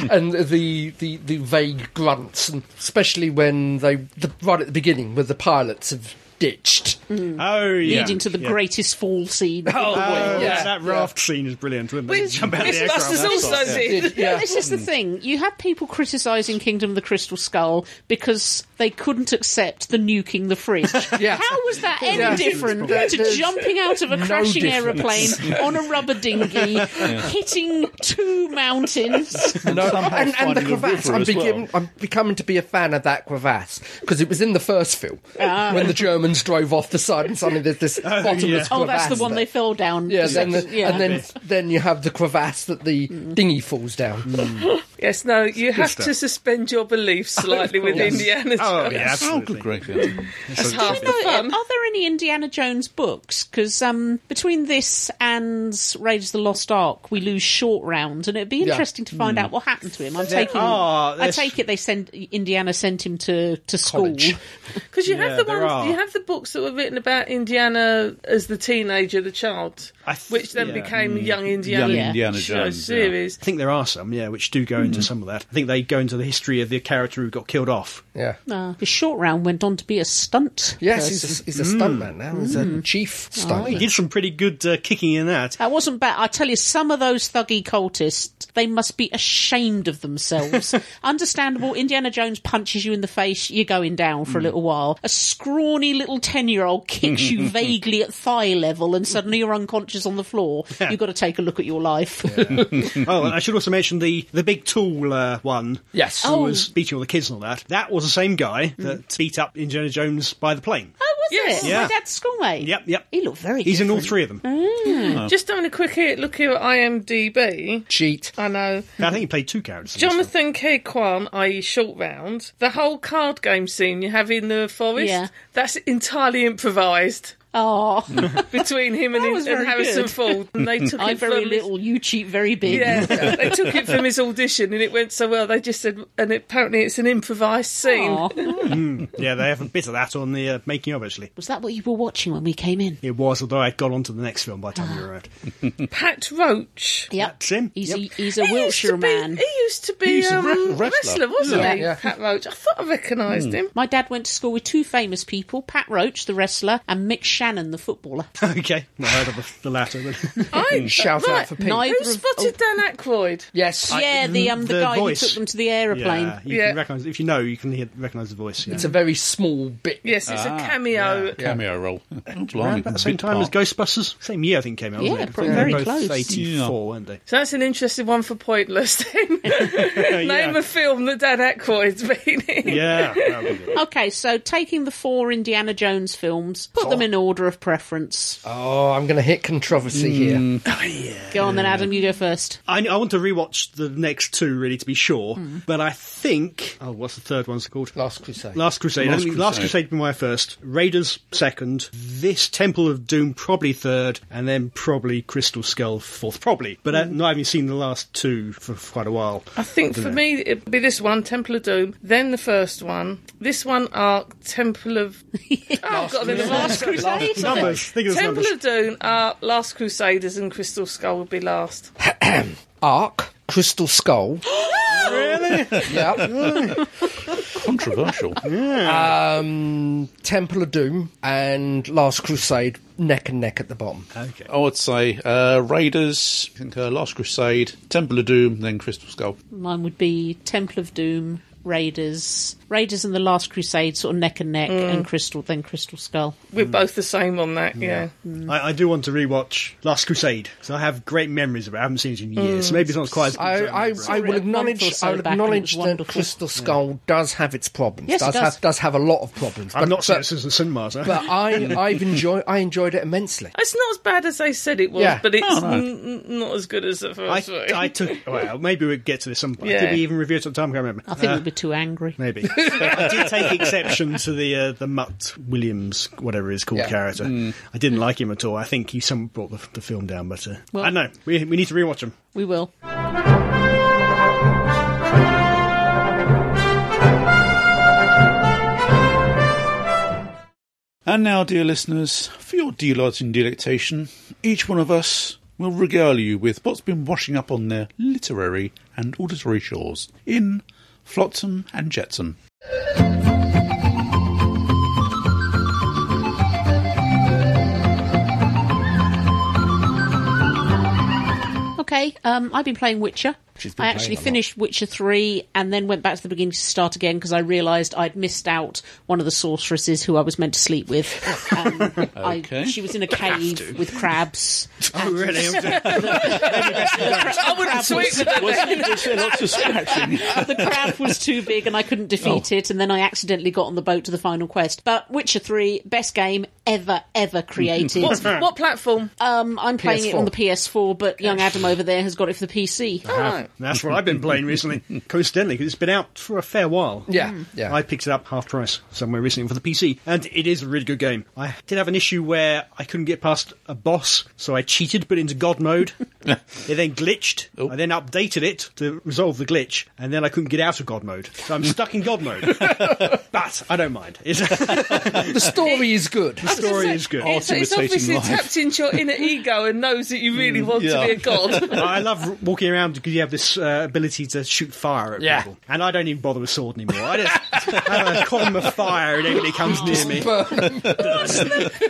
E: and the, the, the vague grunts, and especially when they the, right at the beginning, where the pilots have ditched.
B: Mm-hmm.
D: Mm.
F: Oh, yeah.
B: Leading to the
F: yeah.
B: greatest fall scene. in the
F: Oh,
B: world.
E: yeah.
F: that raft scene is brilliant. When they
D: Which
F: jump out of the aircraft.
D: Mythbusters also did.
B: Well,
E: Yeah,
B: this is the thing. You have people criticising Kingdom of the Crystal Skull because they couldn't accept the nuking the fridge.
E: Yeah.
B: How was that any
E: Yeah.
B: different
E: There-
B: to
E: there's
B: jumping out of a
E: no
B: crashing
E: difference.
B: aeroplane on a rubber dinghy, hitting two mountains?
E: No,
A: somehow
E: and, and the
A: finding a
E: crevasse.
A: river
E: I'm,
A: as well.
E: begin, I'm becoming to be a fan of that crevasse because it was in the first film
B: Ah.
E: when the Germans drove off the side and suddenly there's this bottomless
F: yeah.
E: crevasse.
B: Oh, that's the one
E: there.
B: they fell down.
E: Yeah, then the,
B: yeah. Mm.
E: and then then you have the crevasse that the dinghy falls down.
D: Yes, no, you have
F: stuff.
D: to suspend your beliefs slightly with Indiana Jones.
F: Oh, yeah,
A: Oh, good
F: absolutely.
A: grief! yeah.
D: It's half the
B: No,
D: fun.
B: Are there any Indiana Jones books? Because um, between this and Raiders of the Lost Ark, we lose short round, and it'd be
E: Yeah.
B: interesting to find out what happened to him. I'm
F: There
B: taking.
F: are-
B: I
F: there's-
B: take it they sent Indiana sent him to to school.
E: College.
D: Because you
F: Yeah,
D: have the
F: there
D: ones,
F: are.
D: you have the books that were written about Indiana as the teenager, the child,
F: I th-
D: which then
F: yeah. Mm.
D: became Young Indiana.
A: Young
B: Yeah.
A: Indiana
D: Show
A: Jones. yeah.
D: series.
F: I think there are some, yeah, which do go
D: Mm.
F: into some of that. I think they go into the history of the character who got killed off.
E: Yeah.
B: Uh, the short round went on to be a stunt.
E: Yes,
B: person.
E: he's a, he's a stuntman now. He's
B: Mm.
E: a chief
B: Oh,
F: He
E: stuntman.
F: did some pretty good uh, kicking in that.
B: That wasn't bad. I tell you, some of those thuggy cultists, they must be ashamed of themselves. Understandable. Indiana Jones punches you in the face, you're going down for a little while. A scrawny little 10 year old kicks you vaguely at thigh level, and suddenly you're unconscious on the floor. You've got to take a look at your life.
F: oh, and I should also mention the, the big tool uh, one.
E: Yes.
F: Who
B: Oh.
F: was beating all the kids and all that. That was the same
D: Mm.
F: guy that beat up Indiana Jones by the plane.
B: Oh, was
D: Yes.
B: it?
F: Yeah.
B: My dad's schoolmate.
F: Yep, yep.
B: He looked very
F: He's in all
B: different.
F: three of them.
A: Oh.
D: Just having a quick here, look here at IMDb.
E: Cheat.
D: I know.
F: I think he played two characters. in this one.
D: Jonathan K. Kwan, i.e., Short Round, the whole card game scene you have in the forest,
B: Yeah.
D: that's entirely improvised
B: Oh,
D: between him and,
B: That was
D: and
B: very
D: Harrison
B: good.
D: Ford. And they took
B: I
D: it
B: very
D: from
B: little, you cheat very big.
D: His, yeah, they took it from his audition and it went so well. They just said, and apparently it's an improvised scene.
B: Aw.
F: Yeah, they have a bit of that on the uh, making of, actually.
B: Was that what you were watching when we came in?
F: It was, although I'd gone on to the next film by the time you arrived.
D: Pat Roach.
B: Yep.
F: That's him.
B: He's,
F: Yep.
B: a, he's a
D: He used to
B: Wiltshire
D: be-
B: man.
D: He used to be
A: He used to
D: um,
A: wrestle-
D: wrestler.
A: wrestler.
D: wasn't
E: Yeah. Hmm.
D: he?
E: Yeah.
D: Pat Roach. I thought I recognised him.
B: My dad went to school with two famous people, Pat Roach, the wrestler, and Mick Shannon, the footballer.
F: Okay, not heard of the- the latter. But
D: I
E: Shout out
D: right.
E: for Pete.
B: Neither
D: Who
B: of- oh.
D: spotted Dan Aykroyd?
E: Yes.
B: yeah, the um, the,
F: the
B: guy
F: voice.
B: who took them to the aeroplane.
F: yeah, you
D: Yeah.
F: can recognize if you know, you can hear, recognize the voice. Yeah.
E: It's a very small bit.
D: Yes, it's
E: Ah,
D: a cameo.
A: Cameo role. Oh, blimey.
F: Around about the same
A: Bit
F: time as
A: part.
F: Ghostbusters, same year I think it came out. wasn't
B: Yeah,
F: it? I think
B: probably very
F: they were both
B: close.
F: Eighty-four,
A: Yeah.
F: weren't they?
D: So that's an interesting one for Pointless. Then. Name a film that Dan Aykroyd's been in.
F: Yeah, that would be good.
B: Okay, so taking the four Indiana Jones films, put
F: Oh.
B: them in order of preference.
F: Uh,
E: Oh, I'm going to hit controversy here.
B: Go on then, Adam, you go first.
F: I, I want to rewatch the next two really to be sure, but I think oh, what's the third one's called?
E: Last Crusade.
F: Last Crusade.
A: Last
F: I mean, Last
A: Crusade.
F: Crusade would be my first. Raiders second. This Temple of Doom probably third, and then probably Crystal Skull fourth, probably. But I, no, I haven't seen the last two for quite a while.
D: I think for me it'd be this one, Temple of Doom, then the first one, this one Arc, Temple of. oh, I've got them in the last Crusade.
F: Numbers. Think of those
D: Temple
F: numbers.
D: of Doom, Arc, Last Crusaders, and Crystal Skull would be last.
E: Ark, Crystal Skull. really? yeah.
A: Controversial.
E: Um, Temple of Doom and Last Crusade, neck and neck at the bottom.
A: I would say uh, Raiders, I think uh, Last Crusade, Temple of Doom, then Crystal Skull.
B: Mine would be Temple of Doom, Raiders, Raiders and the Last Crusade, sort of neck and neck,
F: Hmm.
B: and Crystal, then Crystal Skull.
D: We're both the same on that, yeah.
F: I, I do want to rewatch Last Crusade because I have great memories of it. I haven't seen it in years, so maybe it's not quite as good.
E: I,
F: as I remember it.
E: I, I
B: it
E: will
B: a month
E: acknowledge,
B: or so
E: I will
B: back and
E: acknowledge
B: it
E: that
B: was wonderful.
E: Crystal Skull does have its problems.
B: Yes, it
E: does,
B: does.
E: Have, does have a lot of problems.
F: I've not seen it
E: but,
F: since the cinemas. huh?
E: but I, I've enjoyed, I enjoyed it immensely.
D: It's not as bad as they said it was,
E: Yeah.
D: but it's
A: Oh, no.
D: n- n- not as good as the
F: I,
D: first one.
F: I took. Well, maybe we get to this some point.
D: Yeah.
F: Did we even review it at the time? I can't remember.
B: I think
F: Uh,
B: we'd be too angry.
F: Maybe I did take exception to the uh, the Mutt Williams, whatever his called
E: Yeah.
F: character. I didn't like him at all. I think he some brought the, the film down, but uh, I don't know. We, we need to rewatch him.
B: We will.
A: And now, dear listeners, for your delight and delectation, each one of us will regale you with what's been washing up on their literary and auditory shores in Flotsam and Jetsam.
B: Okay, um, I've been playing Witcher.
E: She's been
B: I
E: playing
B: actually
E: a lot.
B: finished Witcher 3 and then went back to the beginning to start again because I realised I'd missed out one of the sorceresses who I was meant to sleep with. Um, I,
A: Okay.
B: she was in a cave with crabs.
F: Oh, really?
D: I wouldn't tweet with that.
A: Was there lots of scratching?
B: the crab was too big and I
E: Oh.
B: couldn't defeat it, and then I accidentally got on the boat to the final quest. But Witcher 3, best game ever, ever created.
D: What, what platform?
B: um, I'm playing it
E: PS4.
B: on the PS4, but young Adam over there has got it for the PC.
E: Oh.
F: That's what I've been playing recently. Coincidentally, because it's been out for a fair while.
E: Yeah, yeah.
F: I picked it up half price somewhere recently for the PC, and it is a really good game. I did have an issue where I couldn't get past a boss, so I cheated, put it into God mode. it then glitched.
E: Oh.
F: I then updated it to resolve the glitch, and then I couldn't get out of God mode. So I'm stuck in God mode. but I don't mind. It's, the
E: the story is good.
F: story is good.
D: It's, it's
A: imitating
D: obviously
A: life.
D: tapped into your inner ego and knows that you really want
A: yeah.
D: to be a god.
F: I love walking around because you have this uh, ability to shoot fire at
E: Yeah.
F: people, and I don't even bother with sword anymore. I just have a column of fire, and everybody comes near me.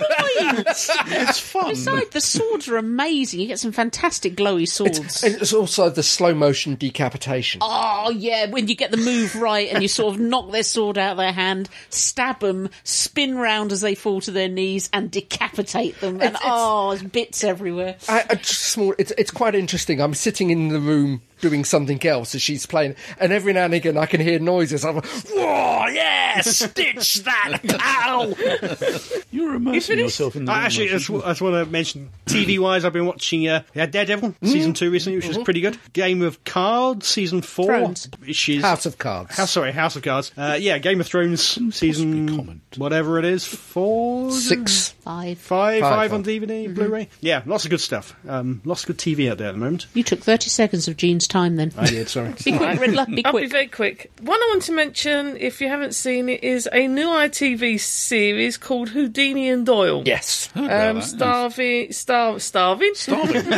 A: It's fun.
B: Besides, the swords are amazing. You get some fantastic glowy swords.
E: And it's also the slow motion decapitation.
B: Oh yeah, when you get the move right and you sort of knock their sword out of their hand, stab them, spin round as they fall to their knees, and decapitate them. And oh, there's bits everywhere.
E: I, I just small. It's it's quite interesting. I'm sitting in the room doing something else as she's playing, and every now and again I can hear noises. I'm like, whoa, yeah, stitch that, ow.
A: You're immersing yourself in the
F: I actually, I just, I just want to mention TV wise, I've been watching uh, yeah, Daredevil season two recently, which was pretty good. Game of Cards season four,
B: Thrones.
F: which is
E: House of Cards.
F: House- sorry, House of Cards. Uh, yeah, Game of Thrones
A: possibly
F: season
A: comment.
F: whatever it is, four,
E: Six.
B: Five.
F: five,
E: Five,
F: five
E: huh?
F: on DVD, Blu-ray. Yeah, lots of good stuff. Um, lots of good TV out there at the moment.
B: You took thirty seconds of Jean's time then.
F: I did, sorry.
B: Be quick, Riddler. Be
D: I'll be
B: quick.
D: very quick. One I want to mention, if you haven't seen it, is a new ITV series called Houdini and Doyle.
E: Yes,
D: Um, starving, star, starving,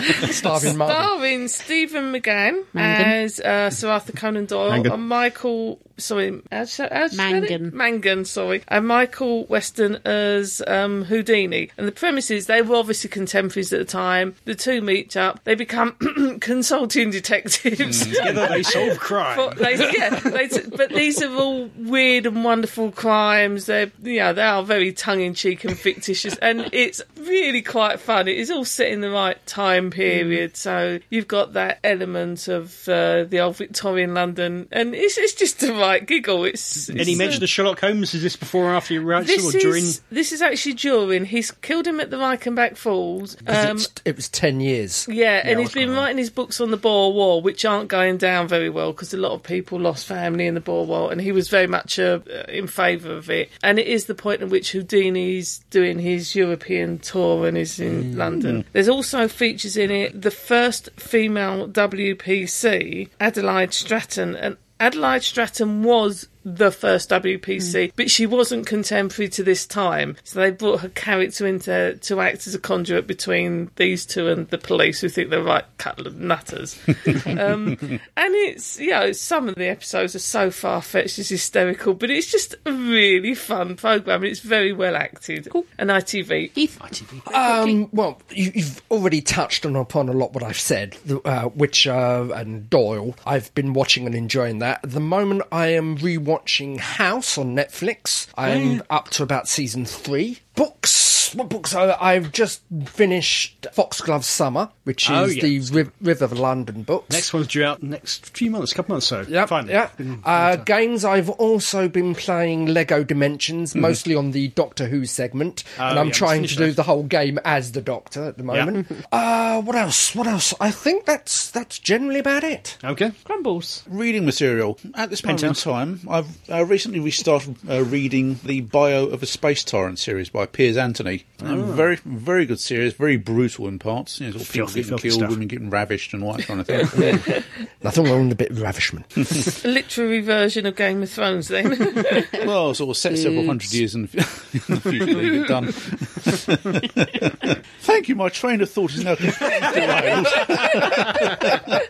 E: starving Martin.
D: starving Stephen McGann
B: Mangan.
D: as uh, Sir Arthur Conan Doyle
F: Mangan.
D: and Michael. Sorry, how'd you, how'd you spell it?
B: Mangan.
D: Mangan. Sorry, and Michael Weston as um, Houdini. Houdini. And the premise is they were obviously contemporaries at the time. The two meet up, they become consulting detectives.
F: Together they solve crime.
D: But they, yeah, they t- but these are all weird and wonderful crimes. They're yeah, they are very tongue in cheek and fictitious, and it's really quite fun. It is all set in the right time period, so you've got that element of uh, the old Victorian London, and it's it's just a right giggle. It's, it's
F: Any mention of Sherlock Holmes? Is this before or after you write
D: this
F: or during?
D: is this is actually during he's killed him at the Reichenbach Falls. Um,
E: It's- it was 10 years.
D: yeah, and he's been writing his books on the Boer War, which aren't going down very well because a lot of people lost family in the Boer War, and he was very much uh, in favour of it. And it is the point at which Houdini's doing his European tour and is in London. There's also features in it the first female WPC, Adelaide Stratton, and Adelaide Stratton was the first WPC, but she wasn't contemporary to this time. So they brought her character into to act as a conduit between these two and the police, who think they're right couple of nutters. um, and it's you know some of the episodes are so far fetched, it's hysterical, but it's just a really fun program. It's very well acted. And ITV.
B: Keith,
E: Um, well, you, you've already touched on upon a lot what I've said, the, uh, Witcher and Doyle. I've been watching and enjoying that. At the moment, I am rewatching House on Netflix. I'm up to about season three. Books. What books? Are, I've just finished Foxglove Summer, which is
F: Oh, yeah.
E: the Riv- River of London books.
F: Next one's due out next few months, couple months or so.
E: Yeah,
F: finally.
E: Yeah.
F: Mm,
E: Uh, games I've also been playing Lego Dimensions, mostly on the Doctor Who segment, and I'm
F: Mm-hmm. Oh, yeah,
E: trying to
F: finish
E: do
F: those.
E: the whole game as the Doctor at the moment. uh, what else? What else? I think that's that's generally about it.
F: Okay.
B: Crumbles.
A: Reading material. At this point in
F: Penthouse.
A: time, I've uh, recently restarted uh, reading the Bio of a Space Tyrant series by Piers Anthony.
F: Ah.
A: Um, Very, very good series. Very brutal in parts. You know, sort of people
F: Filthy,
A: getting
F: filthy
A: killed,
F: stuff.
A: women getting ravished, and all that kind of thing.
E: Nothing wrong with a bit of ravishment.
D: A literary version of Game of Thrones, then.
A: well, sort of set several hundred years in, in the future. They get done. Thank you. My train of thought is now completely derailed.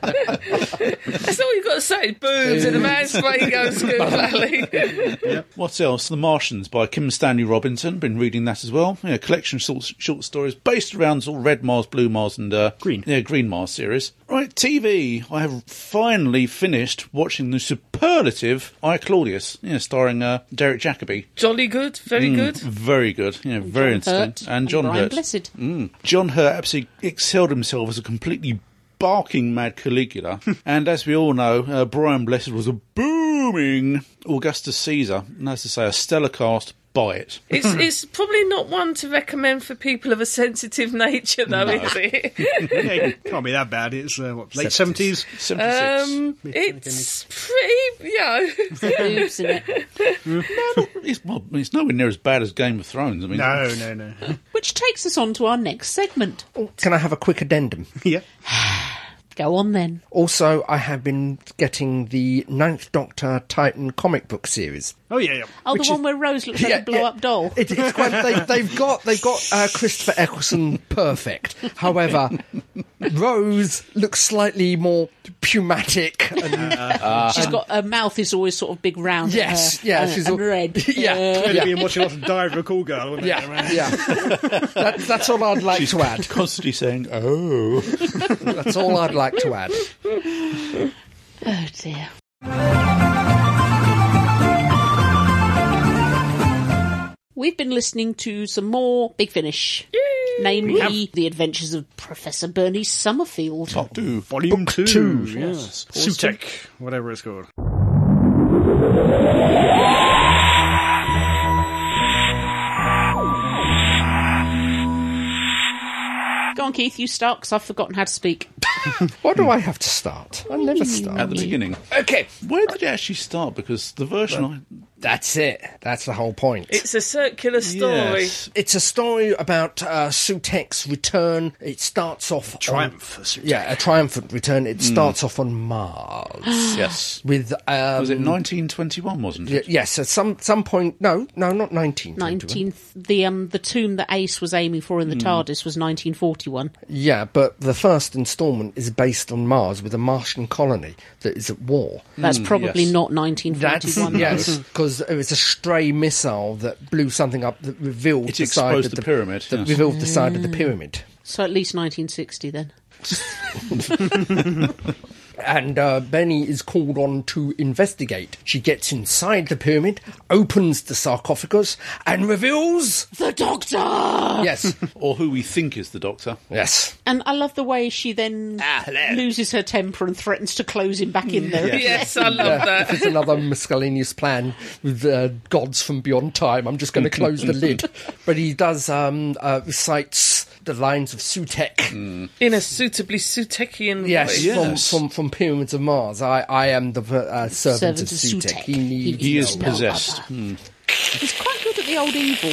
D: That's all you've got to say. Boom, to the man's way goes Scoop Valley.
A: What else? The Martians by Kim Stanley Robinson. Been reading that as well. Yeah, a collection of short, short stories based around sort of Red Mars, Blue Mars, and uh,
F: Green.
A: Yeah, Green Mars series. Right, TV. I have finally finished watching the superlative I Claudius, yeah, starring uh, Derek Jacobi.
D: Jolly good, very
A: Hmm.
D: good.
A: Very good. Yeah, very interesting. and John
B: Brian
A: Hurt. Hmm.
B: Blessed.
A: John Hurt absolutely excelled himself as a completely barking mad Caligula. and as we all know, uh, Brian Blessed was a booming Augustus Caesar. And as to say, a stellar cast. Buy it.
D: It's it's probably not one to recommend for people of a sensitive nature, though, is it?
F: Yeah, it can't be that bad. It's uh, what, late seventies.
A: 76.
D: Um, it's pretty, yeah.
B: Boobs in it.
A: it's, well, it's nowhere near as bad as Game of Thrones. I mean,
F: No, no, no.
B: Which takes us on to our next segment.
E: Oh, Can I have a quick addendum?
F: yeah.
B: Go on then.
E: Also, I have been getting the Ninth Doctor Titan comic book series.
F: Oh yeah, yeah.
B: Oh,
E: Which
B: the
E: is-
B: one where Rose looks like
E: Yeah,
B: a blow-up
E: yeah.
B: doll.
E: It, it's quite, they, they've got they've got uh, Christopher Eccleston perfect. However, Rose looks slightly more pneumatic. And,
B: She's got her mouth is always sort of big round. and
E: Um, yes,
B: her-
E: yeah,
B: and,
E: she's
B: and
E: all-
B: red. Uh,
E: yeah,
F: They've
E: yeah,
F: been watching lots of Diary of a Cool Girl. wouldn't they?
E: yeah, yeah. That, that's all I'd like to add.
A: constantly saying, oh.
E: That's all I'd like to add.
B: Oh dear. We've been listening to some more Big Finish, namely The Adventures of Professor Bernie Summerfield.
A: do.
F: Volume two.
E: two,
F: Yes. Sutek, whatever it's called.
B: Go on, Keith, you start because I've forgotten how to speak.
E: Why do I have to start? I
B: Hmm.
E: never
A: At
E: start.
A: the beginning.
E: Okay,
A: Where did it actually start? Because the version I.
E: that's it. That's the whole point.
D: It's a circular story.
A: Yes.
E: It's a story about uh, Sutek's return. It starts off on-
F: Triumph. Sutek.
E: yeah, a triumphant return. It starts off on Mars
A: Hmm. Yes.
E: with um,
A: Was it 1921, wasn't
E: Y-
A: it?
E: Yes, at some some point. No, no, not nineteen.
B: Nineteenth, the um, the tomb that Ace was aiming for in the
E: Hmm.
B: TARDIS was 1941.
E: Yeah, but the first instalment is based on Mars with a Martian colony that is at war.
B: That's probably
A: yes.
B: not
E: That's
B: 1941.
E: yes, because was it was a stray missile that blew something up that revealed
A: It
E: the side
A: exposed
E: of
A: the pyramid,
E: That
A: yes. Mm.
E: revealed the side of the pyramid.
B: So at least 1960 then.
E: And uh, Benny is called on to investigate. She gets inside the pyramid, opens the sarcophagus, and reveals.
B: The Doctor!
E: Yes,
A: Or who we think is the doctor.
E: yes.
B: And I love the way she then
E: hello.
B: loses her temper and threatens to close him back in there.
D: Yes, I love that.
E: It's another miscellaneous plan with uh, gods from beyond time. I'm just going to close the lid. But he does um, uh, recites the lines of Sutek.
D: In a suitably Sutekian
E: Yes,
D: voice.
A: Yes.
E: From, from from Pyramids of Mars. I, I am the uh, servant,
B: Servant
E: of
B: of
E: Sutek.
B: Sutek.
E: He needs.
A: He is
B: No,
A: possessed.
B: other. He's quite good at the old evil.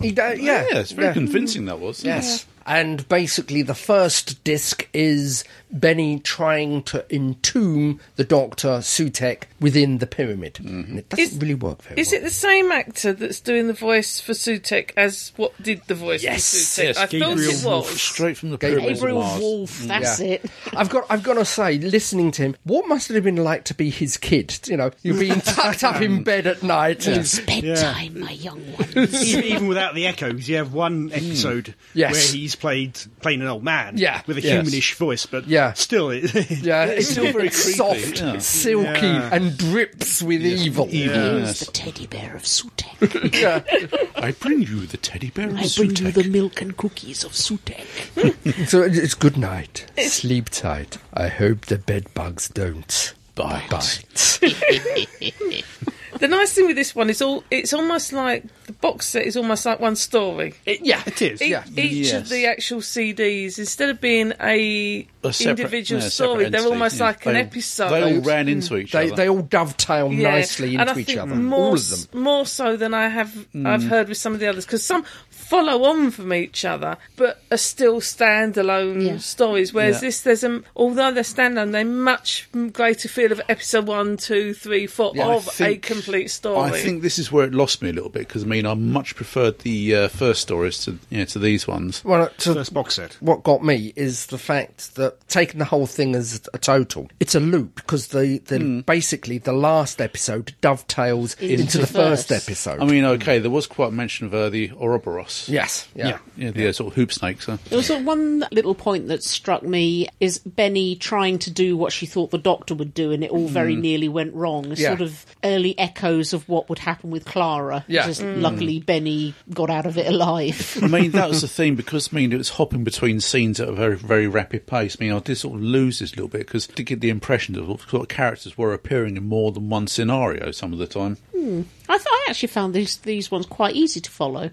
E: He do- yeah,
A: Yeah, it's very
E: yeah.
A: convincing that was.
E: Yes. And basically, the first disc is Benny trying to entomb the Doctor Sutek within the pyramid. And it doesn't
D: Is-
E: really work very
D: Is
E: well.
D: it the same actor that's doing the voice for Sutek as what did the voice
E: Yes.
D: for Sutek?
A: Yes,
D: I thought
F: Gabriel
D: it
F: Wolfe.
D: was.
A: Straight from the
E: Gabriel
A: pyramids of
B: Gabriel
A: Mars.
B: Wolf, that's it.
E: I've got. I've got to say, listening to him, what must it have been like to be his kid? You know, you're being tucked up in bed at night. And,
B: Bedtime, my young ones.
F: even, even without the echoes, you have one episode
E: Hmm. Yes.
F: where he's played playing an old man,
E: Yeah.
F: with a
A: Yes.
F: humanish voice, but
E: Yeah.
F: still, it,
E: yeah, it's
A: still very creepy,
E: soft,
A: yeah.
E: silky,
F: Yeah.
E: and drips with evil.
F: uh,
B: Here's the teddy bear of Sutek.
A: I bring you the teddy bear of
B: I bring you
A: Sutek.
B: the milk and cookies of Sutek.
E: So it- it's good night. Sleep tight. I hope the bed bugs don't bite.
D: The nice thing with this one is all it's almost like the box set is almost like one story.
E: yeah,
F: it is.
D: E-
E: Yeah.
D: Each
A: Yes.
D: of the actual CDs, instead of being a,
A: A separate-
D: individual
A: yeah, a separate
D: story, they're
A: entity,
D: almost
A: yeah.
D: like an
A: They all-
D: episode.
A: They all ran into each
E: They,
A: other.
E: they all dovetail
D: Yeah,
E: nicely
D: and
E: into
D: I
E: each
D: think
E: other.
D: More,
E: All of them.
D: more so than I have
A: Mm.
D: I've heard with some of the others because some follow on from each other, but are still standalone
B: Yeah.
D: stories. Whereas
A: Yeah.
D: this, there's a although they're standalone, they much greater feel of episode one, two, three, four
A: I
D: of a
A: think-
D: complete story.
A: I think this is where it lost me a little bit because I mean I much preferred the uh, first stories to you know, to these ones.
E: Well, uh, to-
F: First box set.
E: what got me is the fact that taking the whole thing as a total, it's a loop because the, the basically the last episode dovetails into, the first,
B: first.
E: episode.
A: I mean, okay, there was quite a mention of uh, the Ouroboros.
E: yes, yeah.
F: Yeah.
A: Yeah, the uh, sort of hoop snakes. Huh?
B: There was sort of one little point that struck me is Benny trying to do what she thought the doctor would do, and it all very nearly went wrong.
E: Yeah.
B: Sort of early echoes of what would happen with Clara.
E: Yeah.
B: Just luckily Benny got out of it alive.
A: I mean, that was the thing because I mean it was hopping between scenes at a very very rapid pace. I mean, I did sort of lose this a little bit because to get the impression that sort of characters were appearing in more than one scenario some of the time.
B: I thought I actually found these these ones quite easy to follow.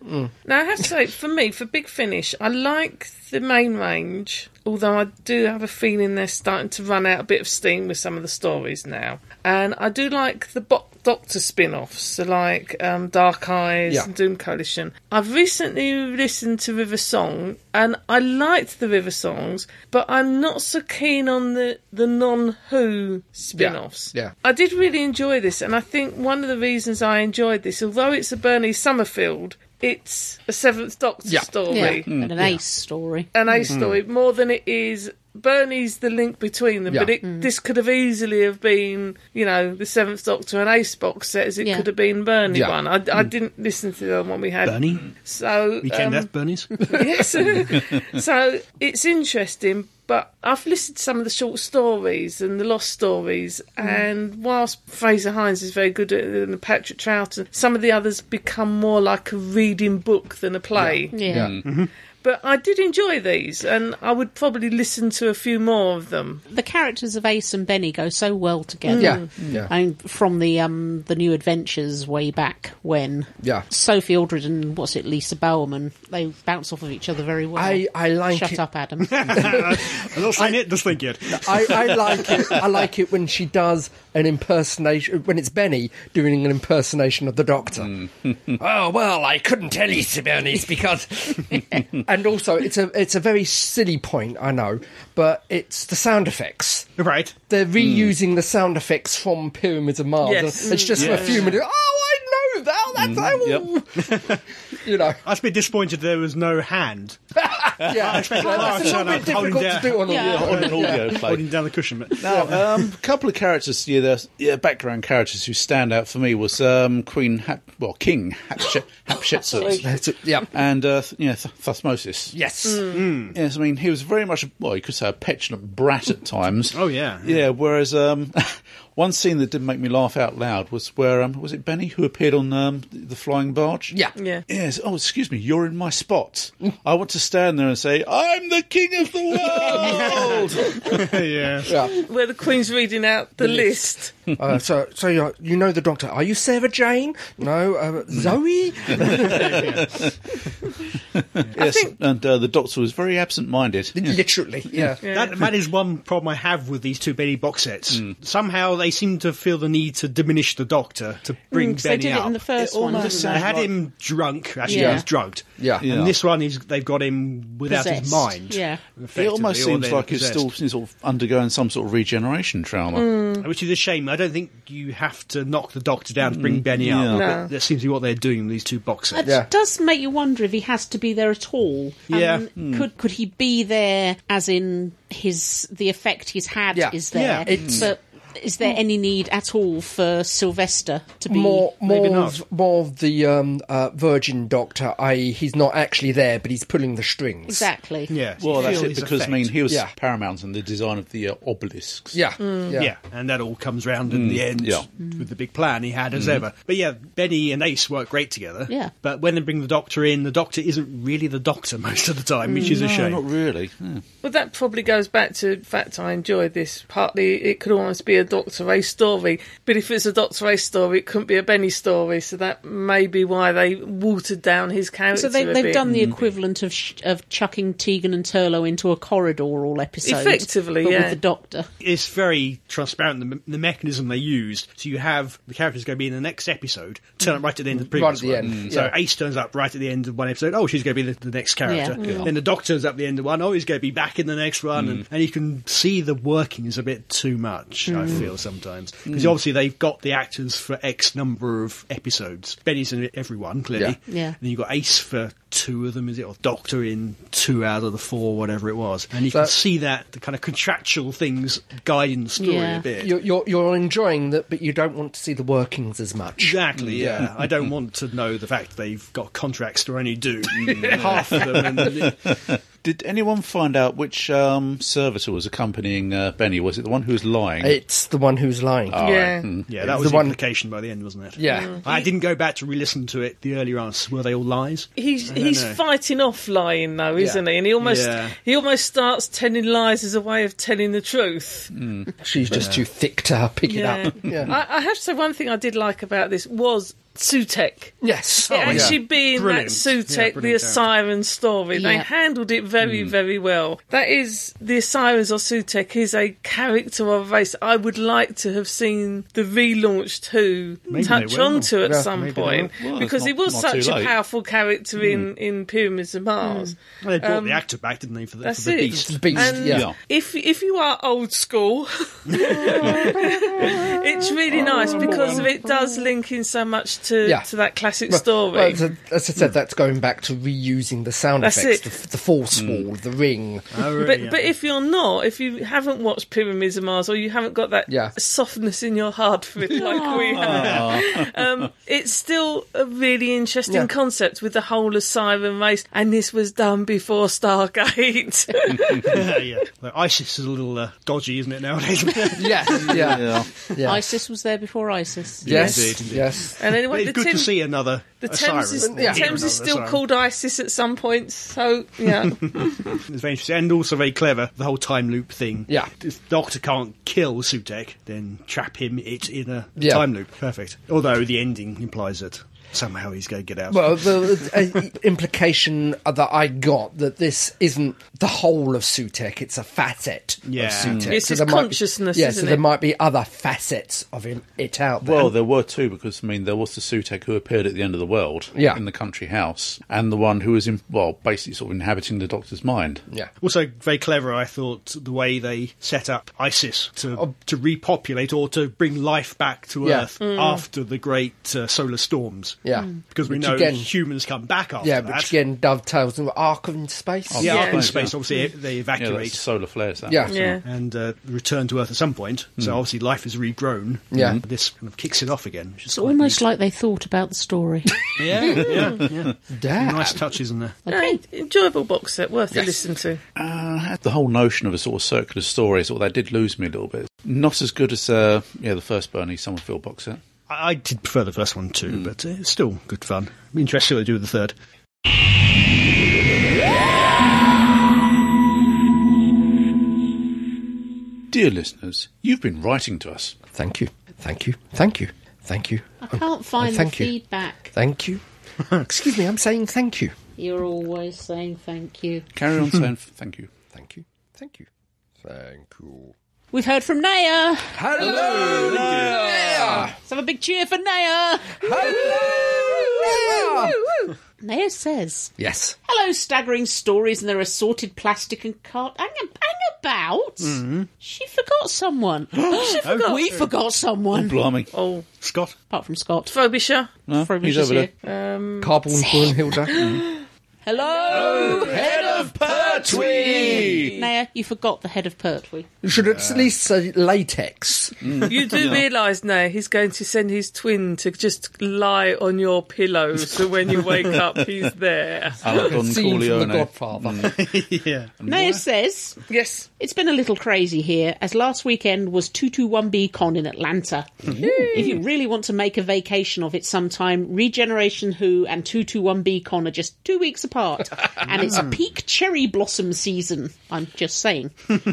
D: Now, I have to say, for me, for Big Finish, I like the main range, although I do have a feeling they're starting to run out a bit of steam with some of the stories now. And I do like the Bo- Doctor spin offs, so like um, Dark Eyes
E: Yeah.
D: and Doom Coalition. I've recently listened to River Song, and I liked the River Songs, but I'm not so keen on the, the non Who spin offs.
E: yeah.
D: I did really enjoy this, and I think one of the reasons I enjoyed this, although it's a Bernie Summerfield, it's a Seventh Doctor
E: Yeah. Hmm.
D: story,
B: Yeah. And an ace story.
D: an A story, more than it is. Bernie's the link between them,
E: Yeah.
D: but it,
B: Hmm.
D: this could have easily have been, you know, the Seventh Doctor and Ace box set, as it
B: Yeah.
D: could have been Bernie
E: Yeah. Hmm.
D: one. I, I didn't listen to the other one we had.
F: Bernie,
D: So
F: weekend
D: um,
F: at Bernie's.
D: yes. so it's interesting, but I've listed some of the short stories and the lost stories,
B: Mm-hmm.
D: and whilst Fraser Hines is very good at it and Patrick Troughton, some of the others become more like a reading book than a play.
B: Yeah.
D: But I did enjoy these, and I would probably listen to a few more of them.
B: The characters of Ace and Benny go so well together.
E: Yeah,
F: Mm.
E: yeah.
B: And from the um the new adventures way back when.
E: Yeah.
B: Sophie Aldred and what's it, Lisa Bowerman, they bounce off of each other very well.
E: I- I like
B: Shut
E: it.
B: up, Adam.
F: I'm not saying it, just think it.
E: I, I like it. I like it when she does an impersonation when it's Benny doing an impersonation of the Doctor. oh well, I couldn't tell you, Sir Bernice, because. and also, it's a it's a very silly point, I know, but it's the sound effects.
F: Right.
E: They're reusing the sound effects from Pyramids of Mars.
D: Yes.
E: It's just for a few minutes. Oh, I know that. That's I will. you know.
F: I was a bit disappointed there was no hand.
E: yeah,
F: I expect
E: that's a little
F: Clark
E: bit
F: to hold him
E: difficult to
F: down.
E: do on
B: Yeah.
E: audio.
A: on an audio play.
F: holding down the cushion. But
A: Now, um, a couple of characters, yeah, there's, yeah, background characters who stand out for me was um, Queen, Hap, well, King Hatshepsut, Hatshepsut
E: That's it, Yeah.
A: and uh, th- yeah, Th- Thutmosis.
E: Yes.
A: Yes, I mean he was very much a- well, you could say a petulant brat at times.
F: Oh, yeah.
A: yeah. whereas um, one scene that did make me laugh out loud was where um, was it Benny who appeared on um, the flying barge?
E: Yeah.
D: Yeah.
A: Yes. Oh, excuse me. You're in my spot. I want to stand there and say, "I'm the king of the world."
F: yeah.
D: Where the Queen's reading out the list.
E: Uh, so, so you're, you know the doctor. Are you Sarah Jane? No, uh, Zoe. Uh,
A: yes, and uh, the doctor was very absent-minded. Yeah.
E: Literally, yeah.
F: That, that is one problem I have with these two Benny box sets.
A: Hmm.
F: Somehow they seem to feel the need to diminish the Doctor to bring
B: Because Hmm, they
F: Benny
B: did it
F: up.
B: in the first
A: It
B: one.
A: almost
B: didn't
A: sounds
B: they?
F: they had him drunk. Actually,
B: Yeah.
F: he was drugged.
E: Yeah.
A: Yeah.
F: And this one is they've got him without
B: Possessed.
F: his mind.
B: Yeah.
A: It almost
F: effectively, or
A: seems
F: they're
A: like he's
F: possessed.
A: still sort of undergoing some sort of regeneration trauma.
B: Hmm.
F: which is a shame. I don't think you have to knock the Doctor down to bring Benny
A: Hmm. yeah.
F: up. but
D: No.
F: That seems to be what they're doing in these two box
B: It
F: sets.
E: Yeah.
B: does make you wonder if he has to be there at all. And
F: Yeah. Hmm.
B: Could could he be there as in his the effect he's had
E: Yeah.
B: is there?
F: Yeah.
E: It's-
B: but is there any need at all for Sylvester to be
E: More,
F: Maybe
E: more,
F: not.
E: of, more of the um, uh, virgin doctor, i.e., he's not actually there, but he's pulling the strings.
B: Exactly.
F: Yeah.
A: Well,
F: You
A: that's
F: feel
A: it
F: his
A: because I mean
F: effect.
A: he was
E: Yeah.
A: paramount in the design of the uh, obelisks.
E: Yeah, yeah,
F: Yeah. and that all comes round in the end
A: yeah.
F: with the big plan he had as ever. But yeah, Benny and Ace work great together.
B: Yeah.
F: But when they bring the doctor in, the doctor isn't really the doctor most of the time, which is a
A: No,
F: shame.
A: not really. Yeah.
D: Well, that probably goes back to the fact I enjoyed this. Partly, it could almost be a Doctor Ray story, but if it's a Doctor Ray story, it couldn't be a Benny story. So that may be why they watered down his character.
B: So they,
D: a
B: they've
D: bit.
B: done the equivalent of sh- of chucking Tegan and Turlo into a corridor all episode,
D: Effectively,
B: but with
D: yeah.
B: the Doctor.
F: It's very transparent, the, me- the mechanism they used. So you have the characters going to be in the next episode, turn up right at the end of the
E: Right
F: previous
E: at the
F: one.
E: end,
F: So
E: yeah.
F: Ace turns up right at the end of one episode, oh, she's going to be the, the next character.
B: Yeah.
F: Then the doctor turns up at the end of one, oh, he's going to be back in the next one.
E: Mm.
F: And, and you can see the workings a bit too much, I
B: Mm.
F: feel sometimes.
E: Mm.
F: Because obviously they've got the actors for X number of episodes. Benny's in every one, clearly.
B: Yeah. Yeah.
F: And you've got Ace for two of them, is it? Or Doctor in two out of the four, whatever it was. And you can
E: So-
F: see that, the kind of contractual things guiding the story
B: Yeah.
F: a bit.
E: You're, you're you're enjoying that, but you don't want to see the workings as much.
F: Exactly, yeah. I don't want to know the fact they've got contracts to only do half of them. And,
A: Did anyone find out which um, servitor was accompanying uh, Benny? Was it the one who was lying?
E: It's the one who's lying.
F: Ah.
D: Yeah.
F: yeah, that
E: The
F: was the
E: one-
F: implication by the end, wasn't it?
E: Yeah. Mm.
F: I didn't go back to re listen to it. The earlier answers were they all lies?
D: He's
F: don't
D: he's
F: know.
D: fighting off lying though, isn't he? And he almost
F: Yeah.
D: he almost starts telling lies as a way of telling the truth.
F: Hmm.
E: She's just too thick to pick it
D: Yeah,
E: up. Yeah.
D: I, I have to say one thing I did like about this was Sutek.
E: yes.
D: it actually being
F: Brilliant.
D: that Sutek,
F: Yeah,
D: the
F: brilliant
D: Asiren story. They
B: Yeah.
D: handled it very, very well. That is, the Asirens or Sutek is a character or a race I would like to have seen the relaunch to
F: Maybe
D: touch
F: they will.
D: onto at
E: Yeah,
D: some
E: maybe they
D: point
A: will. Well, it's
D: because
A: not-
D: he was
A: not
D: such
A: too
D: a
A: late.
D: powerful character in, in Pyramids of Mars.
F: Well, they brought the actor back, didn't they, for the, for
D: Um, That's
F: the
D: it.
F: beast?
E: The beast.
D: And
E: yeah.
A: Yeah.
D: if if you are old school, it's really nice because it does link in so much to,
E: Yeah.
D: to that classic
E: Well,
D: story.
E: well, as I- as I said, that's going back to reusing the sound
D: That's
E: effects,
D: it.
E: the, the force wall, the ring.
F: Mm. Oh, really?
D: But
F: Yeah.
D: but if you're not, if you haven't watched Pyramids of Mars or you haven't got that
E: Yeah.
D: softness in your heart for it like we have, um, it's still a really interesting
E: Yeah.
D: concept with the whole Asylum race. And this was done before Stargate.
F: yeah, yeah. Well, ISIS is a little uh, dodgy, isn't it, nowadays?
E: Yes. Yeah.
A: yeah.
E: Yeah.
B: ISIS was there before ISIS.
E: Yes.
F: Indeed, indeed.
E: Yes.
D: and
F: But
D: anyway,
F: it's
D: the
F: good to
D: Tim-
F: see another
D: the Thames
F: Osiris.
D: is, the
E: Yeah.
D: Thames is still called ISIS at some point, so yeah.
F: It's very interesting and also very clever. The whole time loop thing.
E: Yeah.
F: If Doctor can't kill Sutek, then trap him it in a
E: Yeah.
F: time loop. Perfect. Although the ending implies that somehow he's going to get out.
E: Well, the uh, implication that I got that this isn't the whole of Sutek; it's a facet
F: Yeah.
E: of Sutek.
D: It's his
E: there might be-
D: consciousness,
E: yeah,
D: isn't
E: so there
D: it?
E: might be other facets of him, it out there.
A: Well, there were two because I mean there was the Sutek who appeared at the end of the world
E: Yeah.
A: in the country house, and the one who was in well basically sort of inhabiting the Doctor's mind.
E: yeah.
F: also very clever, I thought, the way they set up ISIS to to repopulate or to bring life back to
E: Oh. Yeah.
F: Earth after the great uh, solar storms.
E: Yeah.
F: because we
E: Which
F: know
E: again-
F: humans come back after
E: Yeah,
F: that.
E: which again dovetails with Arkham Space.
A: Oh,
F: yeah,
D: Yeah.
F: up in space, obviously they
A: Yeah, that's
F: evacuate
A: solar flares. That
E: Yeah.
A: was.
D: Yeah.
F: and uh, return to Earth at some point. So obviously life is regrown.
E: Yeah.
F: And this kind of kicks it off again. Which is
B: It's
F: quite
B: almost
F: neat.
B: like they thought about the story.
F: yeah, yeah, yeah.
E: Damn.
F: nice touches in there.
B: Okay.
D: Yeah, enjoyable box set, worth a listen to.
A: Uh, I had the whole notion of a sort of circular story, sort of that did lose me a little bit. Not as good as uh, yeah the first Bernie Summerfield box set.
F: I, I did prefer the first one too, but uh, it's still good fun. I'm interested to see what they do with the third.
A: Dear listeners, you've been writing to us.
E: Thank you. Thank you. Thank you. Thank you.
B: I
A: Oh,
B: can't find
E: thank
B: the
E: you.
B: feedback.
E: Thank you. Excuse me, I'm saying thank you.
B: You're always saying thank you.
A: Carry on saying f- thank you.
E: Thank you. Thank you. Thank you.
B: We've heard from Naya.
E: Hello!
B: Let's have a big cheer for Naya.
E: Hello!
B: Naya says,
E: Yes.
B: Hello, staggering stories and their assorted plastic and cart hang, hang about.
A: Mm-hmm.
B: She forgot someone. she forgot. We forgot someone.
A: Blimey.
D: Oh,
F: Scott,
B: Apart from Scott.
D: Frobisher.
A: No,
B: Frobisher's
A: he's over there.
B: here.
E: Carbon and Hilda.
B: Hello.
E: Head of Pertwee!
B: Naya, you forgot the head of Pertwee.
E: You should at least say latex.
D: You do realise now he's going to send his twin to just lie on your pillow so when you wake up, he's there.
A: Alan Don
E: Scene from The
A: Corleone.
E: Godfather.
A: Mm.
B: Naya says,
D: Yes.
B: It's been a little crazy here, as last weekend was 221B Con in Atlanta.
E: Mm-hmm.
B: if you really want to make a vacation of it sometime, Regeneration Who and 221B Con are just two weeks apart, and it's peak cherry blossom season. I'm just saying.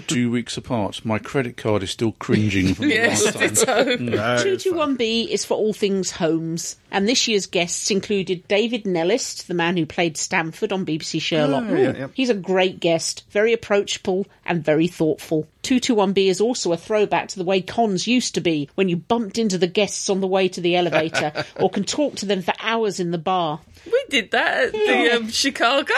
A: Two weeks apart. My credit card is still cringing from the
D: Yes,
A: last time.
D: ditto.
B: 221B is for all things Holmes, and this year's guests included David Nellist, the man who played Stamford on BBC Sherlock. Ooh, He's a great guest, very approachable and very thoughtful. 221B is also a throwback to the way cons used to be when you bumped into the guests on the way to the elevator or can talk to them for hours in the bar.
D: We did that at the um, Chicago.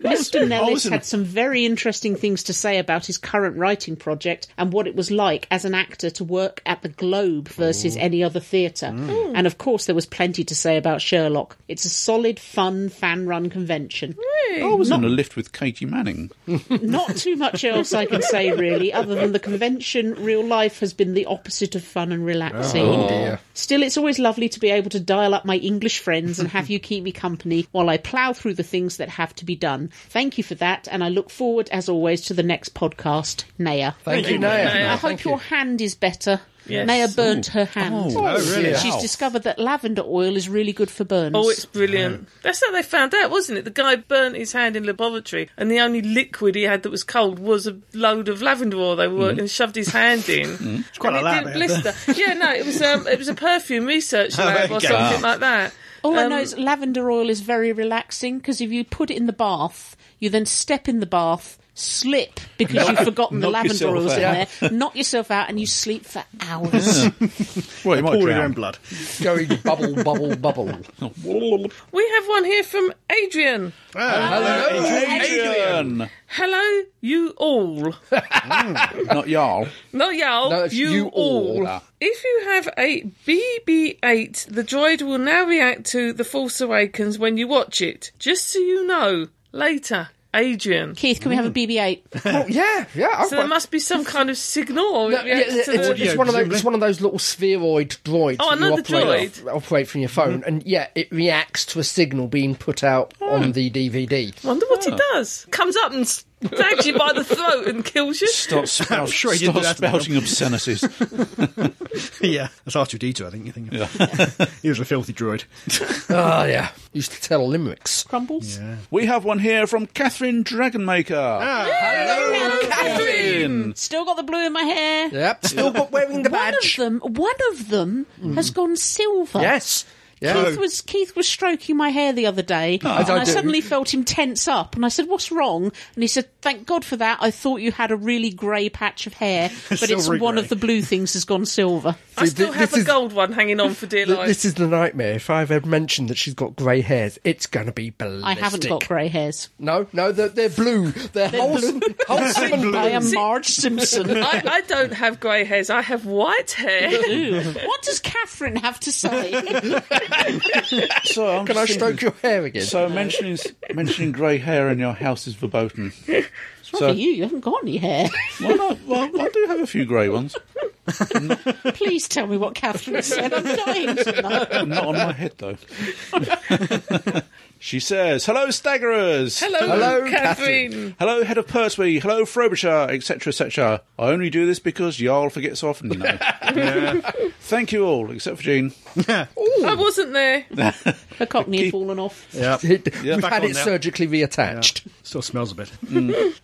B: Mr. Nellis
A: awesome.
B: had some very interesting things to say about his current writing project and what it was like as an actor to work at the Globe versus any other theatre. And of course, there was plenty to say about Sherlock. It's a solid, fun, fan run convention.
A: I was on a lift with Katie Manning.
B: Not too much else I can say, really, other than the convention, real life has been the opposite of fun and relaxing.
E: Oh, dear.
B: Still, it's always lovely to be able to dial up my English friends and have you keep me company while I plough through the things that have to be done. Thank you for that, and I look forward, as always, to the next podcast, Naya.
E: Thank you, Naya.
B: I
E: Thank
B: hope
E: you.
B: your hand is better.
D: Yes.
B: Naya burnt her hand.
A: Oh,
E: really?
B: She's
A: Wow.
B: discovered that lavender oil is really good for burns.
D: Oh, it's brilliant. That's how they found out, wasn't it? The guy burnt his hand in laboratory, and the only liquid he had that was cold was a load of lavender oil they were and shoved his hand in. It's
F: Mm. quite
D: and
F: a
D: it
F: lab,
D: didn't
F: isn't
D: blister. yeah, no, it was um, it was a perfume research lab or
F: okay.
D: something like that.
B: All I
D: Um,
B: know is lavender oil is very relaxing because if you put it in the bath, you then step in the bath, slip because you've forgotten the
A: knock
B: lavender
A: yourself
B: oil's in
A: out.
B: there, knock yourself out, and you sleep for hours.
A: Well, you might
F: pour your
A: drown.
F: own blood.
E: Going bubble, bubble, bubble.
D: We have one here from Adrian.
A: Adrian!
D: Hello, you all.
A: Not y'all.
D: Not y'all,
E: No, it's
D: you,
E: you all.
D: all. If you have a BB 8, the droid will now react to The Force Awakens when you watch it. Just so you know, later, Adrian.
B: Keith, can we have a BB-8?
E: Oh, yeah, yeah. I've
D: So
E: got-
D: there must be some kind of signal. Or
E: No,
D: it
E: yeah,
D: reacts
E: it's,
D: to
E: it's
D: the...
E: one of those, it's one of those little spheroid droids
D: Oh,
E: that you
D: another
E: operate,
D: droid.
E: off- operate from your phone, and yeah, it reacts to a signal being put out on the DVD.
D: Wonder what
E: Ah.
D: it does. Comes up and stabs you by the throat and kills you.
A: Start, spout,
F: sure he didn't
A: start
F: do that to
A: spouting obscenities.
F: yeah, that's R two D two. I think you think. of. he was a filthy droid.
E: Oh yeah, used to tell limericks.
B: Crumbles?
A: we have one here from Catherine Dragonmaker. Catherine!
B: Still got the blue in my hair.
E: Yep, still got wearing the
B: One of
E: badge.
B: them, one of them
A: Mm.
B: has gone silver.
E: Yes, yeah.
B: Keith was Keith was stroking my hair the other day, and
E: I
B: I,
E: do.
B: suddenly felt him tense up, and I said, "What's wrong?" And he said, "Thank God for that. I thought you had a really grey patch of hair, but it's
F: Silvery
B: one
F: grey.
B: of the blue things has gone silver."
D: I still
E: Th-
D: have a
E: this is-
D: gold one hanging on for dear
E: Th-
D: life.
E: This is the nightmare. If I've ever mentioned that she's got grey hairs, it's going to be ballistic.
B: I haven't got grey hairs.
E: No, no, they're, they're blue. They're, wholesome, wholesome and blue.
B: I am Marge Simpson.
D: I, I don't have grey hairs. I have white hair.
B: Ooh, what does Catherine have to say?
A: So I'm
E: Can I
A: just thinking-
E: stroke your hair again?
A: So mentioning mentioning grey hair in your house is verboten.
B: It's not
A: So-
B: for you. You haven't got any hair.
A: Why not? Well, I do have a few grey ones.
B: Please tell me what Catherine said. I'm dying to know.
A: Not on my head though. she says, "Hello, staggerers.
D: Hello,
E: Hello,
D: Catherine.
A: Hello, head of Pertwee. Hello, Frobisher, etc., etc. I only do this because y'all forget so often. No. Thank you all, except for Jean.
D: I wasn't there.
B: Her cockney had fallen off.
F: Yeah.
E: We've
F: Back
E: had
F: on
E: it
F: now.
E: surgically reattached.
F: Still smells a bit.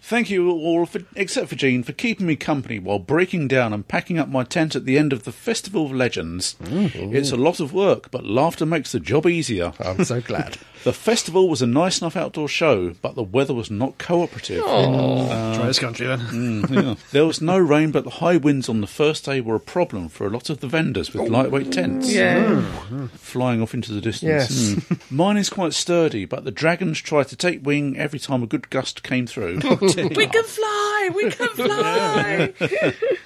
A: Thank you all, for, except for Jean, for keeping me company while breaking down and packing up my tent at the end of the Festival of Legends. It's a lot of work, but laughter makes the job easier.
E: I'm so glad.
A: The festival was a nice enough outdoor show, but the weather was not cooperative.
F: Try this country then.
A: Yeah. There was no rain, but the high winds on the first day were a problem for a lot of the vendors with lightweight tents Mm.
D: Yeah.
A: flying off into the distance.
E: Yes.
A: Hmm. Mine is quite sturdy, but the dragons tried to take wing every time a good gust came through.
D: We can fly. We can fly.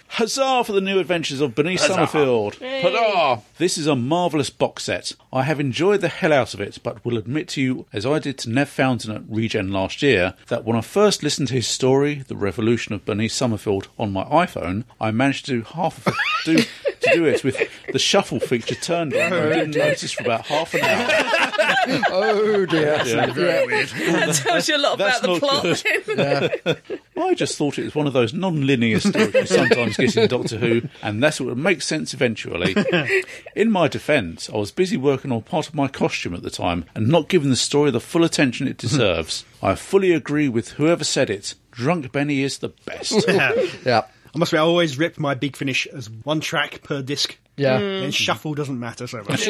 A: Huzzah for the new adventures of Bernice Summerfield! Huzzah! This is a marvellous box set. I have enjoyed the hell out of it, but will admit to you, as I did to Nev Fountain at Regen last year, that when I first listened to his story, The Revolution of Bernice Summerfield, on my iPhone, I managed to do half of do, to do it with the shuffle feature turned on. I didn't notice for about half an hour.
E: oh dear. Yeah.
D: That tells you a lot
A: That's
D: about the
A: not
D: plot.
A: good. I just thought it was one of those non-linear stories you sometimes get in Doctor Who, and that's what would make sense eventually. in my defence, I was busy working on part of my costume at the time and not giving the story the full attention it deserves. I fully agree with whoever said it. Drunk Benny is the best.
E: Yeah.
F: I must be. I always rip my big finish as one track per disc.
E: Yeah.
F: And shuffle doesn't matter so much.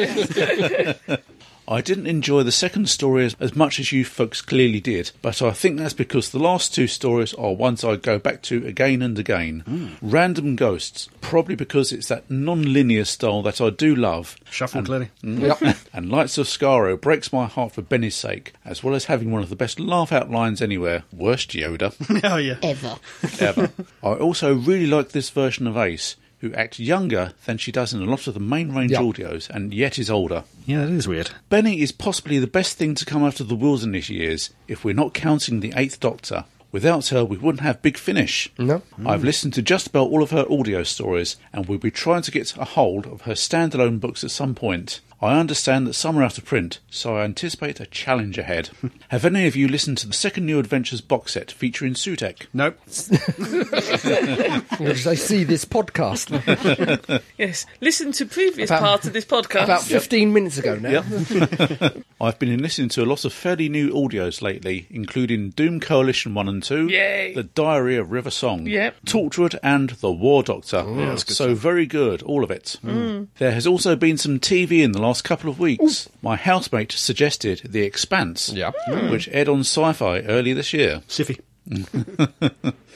A: I didn't enjoy the second story as, as much as you folks clearly did, but I think that's because the last two stories are ones I go back to again and again. Random Ghosts, probably because it's that non linear style that I do love.
F: Shuffle clearly.
E: Yep.
A: And Lights of Scaro breaks my heart for Benny's sake, as well as having one of the best laugh out lines anywhere. Worst Yoda
F: Oh yeah.
B: Ever.
A: ever. I also really like this version of Ace, who acts younger than she does in a lot of the main range
E: Yeah.
A: audios and yet is older.
F: Yeah, that is weird.
A: Benny is possibly the best thing to come out of the wilderness years, if we're not counting the Eighth Doctor. Without her, we wouldn't have Big Finish.
E: No.
A: I've listened to just about all of her audio stories, and we'll be trying to get a hold of her standalone books at some point. I understand that some are out of print, so I anticipate a challenge ahead. have any of you listened to the second New Adventures box set featuring Sutek?
F: Nope.
E: Because I see this podcast
D: Yes. Listen to previous
E: About-
D: part of this podcast.
E: about 15 minutes ago now.
A: I've been listening to a lot of fairly new audios lately, including Doom Coalition 1 and 2,
D: Yay.
A: The Diary of River Song,
D: Yep.
A: Torchwood, and The War Doctor. so very good, all of it.
D: Mm.
A: There has also been some TV in the last couple of weeks. My housemate suggested The Expanse,
E: Yeah.
D: Hmm.
A: which aired on Sci Fi early this year.
F: Siffy.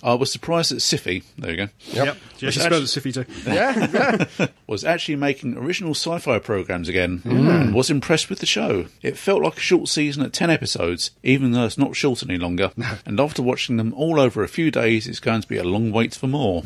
A: I was surprised that Siffy, there you go,
F: Yep. Yeah, she spells it Siffy too.
A: was actually making original sci fi programs again and was impressed with the show. It felt like a short season at 10 episodes, even though it's not short any longer. and after watching them all over a few days, it's going to be a long wait for more.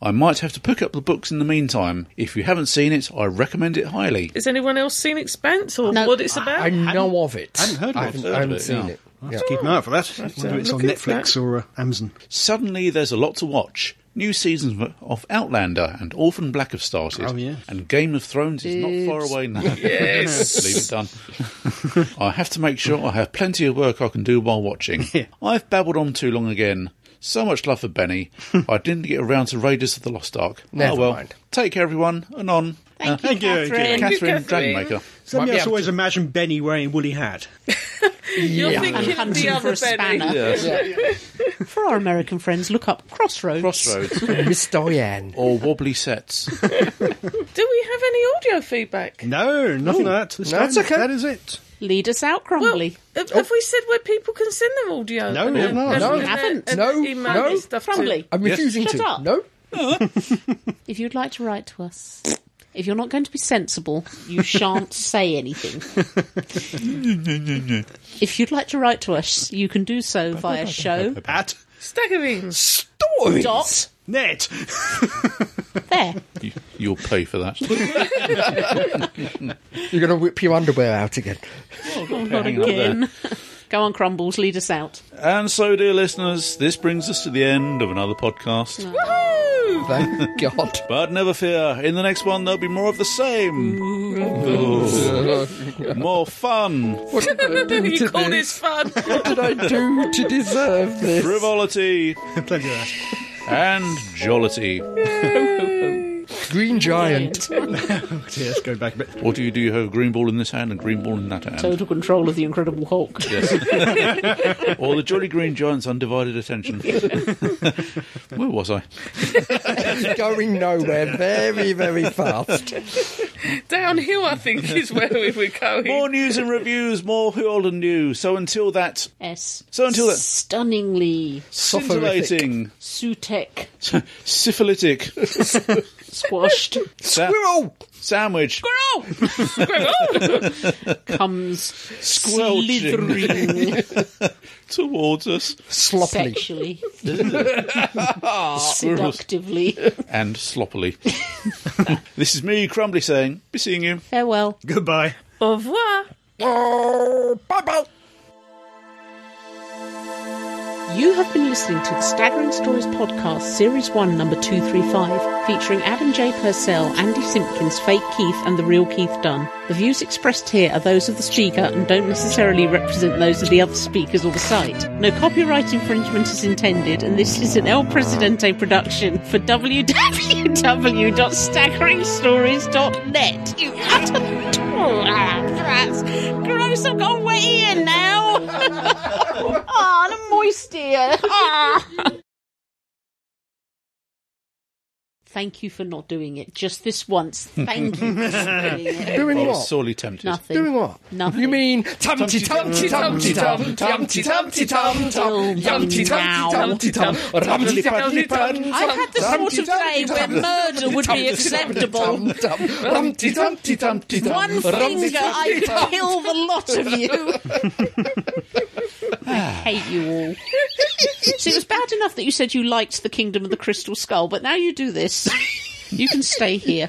A: I might have to pick up the books in the meantime. If you haven't seen it, I recommend it highly.
D: Has anyone else seen Expanse or
B: No.
D: what it's about?
E: I know of it. I
F: hadn't heard of it.
E: haven't,
A: Heard of
E: I haven't
A: it,
E: seen
A: yeah.
E: it.
F: I'll have to keep an eye out for that. Whether it's on
D: look into
F: Netflix or uh, Amazon.
A: Suddenly, there's a lot to watch. New seasons of Outlander and Orphan Black have started.
F: Oh, yeah.
A: And Game of Thrones is not far away now.
D: Yes.
A: Leave it done. I have to make sure I have plenty of work I can do while watching. I've babbled on too long again. So much love for Benny. I didn't get around to Raiders of the Lost Ark. oh
E: Never
A: well.
E: mind.
A: Take care, everyone. And on.
B: Thank you,
F: thank you, thank you.
B: Catherine.
D: Thank you,
A: Catherine
D: Catherine.
A: Dragonmaker.
E: Might
F: Somebody
E: be
F: else
E: able
F: always imagined Benny wearing a woolly hat.
D: You're
B: I'm
D: thinking
B: hunting
D: the
B: for
D: other
B: a
D: Benny.
B: spanner. For our American friends, look up Crossroads.
A: Crossroads
E: Miss Diane.
A: or wobbly sets.
D: Do we have any audio feedback?
F: No, nothing like that. This
E: No,
F: time.
E: it's okay.
F: That is it.
B: Lead us out,
D: Well,
B: Crumbly.
D: have, have we said where people can send their audio?
F: No,
D: And-
F: we
D: and-
F: haven't.
D: and-
E: Oh. No, we
D: and-
B: haven't.
D: and
E: No,
D: email
E: no.
D: and stuff to-
B: Crumbly.
E: I'm refusing
B: Shut
E: to.
B: up.
E: No?
B: If you'd like to write to us, if you're not going to be sensible, you shan't say anything. if you'd like to write to us, you can do so via show
F: At
D: Staggering.
B: dot
F: net.
B: There.
A: You, you'll pay for that.
E: You're going to whip your underwear out again.
B: Not
A: hang on there.
B: again. Go on, Crumbles, lead us out.
A: And so, dear listeners, this brings us to the end of another podcast.
E: Thank God.
A: But never fear, in the next one there'll be more of the same. Ooh. more fun,
E: What did I do
D: you
E: to
D: call
E: this?
D: this fun?
E: What did I do to deserve this?
A: frivolity,
F: Plenty of that.
A: and jollity.
E: Green Giant.
F: Yeah, let's go back a bit.
A: What do you do? You have a green ball in this hand and green ball in that hand.
B: Total control of the Incredible Hulk.
A: Or the Jolly Green Giant's undivided attention. Where was I?
E: Going nowhere very, very fast.
D: Downhill, I think, is where we were going.
A: More news and reviews, more who old and new. So until that
B: S.
A: So until then-
B: Stunningly
A: scintillating,
B: Sutek
A: syphilitic
B: squashed
A: sa-
E: Squirrel!
A: sandwich
B: comes
A: squelching
B: slithering
A: towards us
E: Sloppily.
B: sexually, seductively.
A: and sloppily. this is me, Crumbly, saying, be seeing you.
B: Farewell.
F: Goodbye.
D: Au revoir.
E: Oh, bye-bye.
B: You have been listening to the Staggering Stories podcast, Series 1, number 235, featuring Adam J. Purcell, Andy Simpkins, Fake Keith, and the real Keith Dunn. The views expressed here are those of the speaker and don't necessarily represent those of the other speakers or the site. No copyright infringement is intended, and this is an El Presidente production for www.staggeringstories.net. You utter twats. Gross, I've got a wet ear now. oh, and a moist ear. Ah. Thank you for not doing it just this once. Thank you for not doing it.
E: Doing
A: I was
E: what?
A: sorely tempted.
B: Nothing.
E: Doing what?
B: Nothing.
E: You mean tumpty tumpty tumpty tum tumpty tumpty tum tum yumpty tumpty tumpty tum rumpty tumpty tum.
B: I've had the sort of day where murder would be acceptable.
E: Rumpty tumpty tumpty tum.
B: One finger, I could kill the lot of you. I hate you all. So it was bad enough that you said you liked the Kingdom of the Crystal Skull, but now you do this. You can stay here.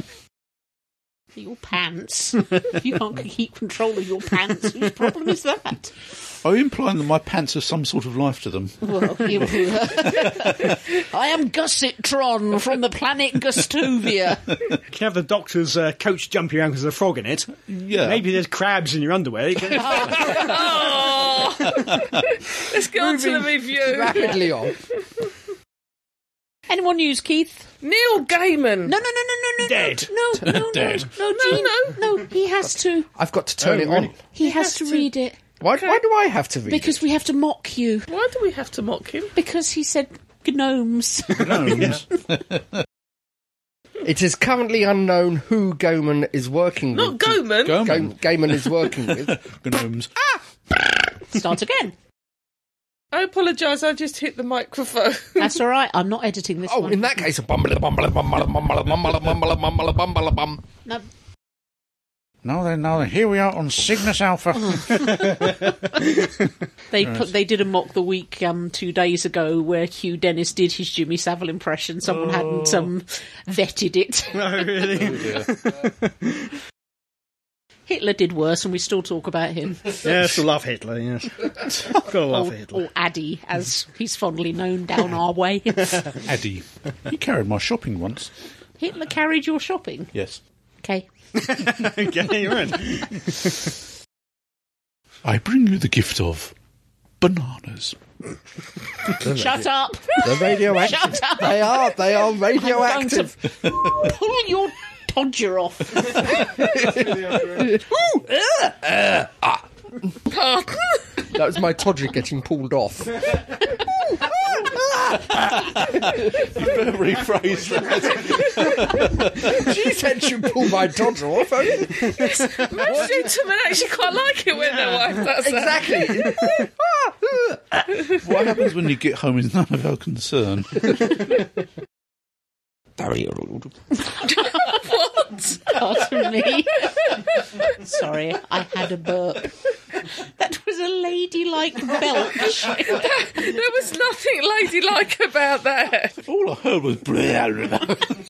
B: Your pants. If you can't keep control of your pants, whose problem is that?
A: Are you implying that my pants have some sort of life to them?
B: Well, you I am Gussetron from the planet Gustovia.
F: You can have the doctor's uh, coach jumping around because there's a frog in it.
A: Yeah.
F: Maybe there's crabs in your underwear. You can-
D: Let's go on to the review.
E: Rapidly on.
B: Anyone use Keith?
D: Neil Gaiman.
B: No, no, no, no, no, no.
F: Dead.
B: No, no, no.
A: Dead.
B: No, Gene, no, no. He has to.
E: I've got to turn it on.
B: He has to read it
E: Why, why do I have to read
B: because we have to mock you
D: Why do we have to mock him?
B: because he said gnomes.
E: it? It is currently unknown who Goman is working
D: Not
E: with.
D: Goman.
A: Go,
E: Go- Gaiman is working with.
A: gnomes.
B: Start again.
D: I apologise, I just hit the microphone.
B: That's all right. I'm not editing this one.
E: Oh, in that case, a bumble bumble bumble bumble bumble bumble bumble bumble bum.
B: No,
A: Now then, now then, here we are on Cygnus Alpha.
B: they put, they did a mock the week um, two days ago where Hugh Dennis did his Jimmy Savile impression. Someone hadn't
E: Oh.
B: um, vetted it.
F: no, Oh, really.
B: Hitler did worse, and we still talk about him.
F: Yes, I love Hitler. Yes, gotta love Hitler.
B: or Addy, as he's fondly known down our way.
A: Addy. He carried my shopping once.
B: Hitler carried your shopping.
A: Yes.
B: Okay.
F: okay, you're in.
A: I bring you the gift of bananas.
B: Shut up.
E: They're radioactive.
B: Shut up.
E: They are. They are
B: I'm going
E: radioactive.
B: to pull your todger off. Oh,
E: That was my todger getting pulled off.
A: Rephrase that.
E: she said she'd pull my todger off. eh?
D: Most gentlemen actually quite like it when they're wiped That's
E: Exactly.
A: What happens when you get home is none of our concern.
B: Pardon me. Sorry, I had a burp. That was a ladylike belch.
D: There was nothing ladylike about that.
A: All I heard was.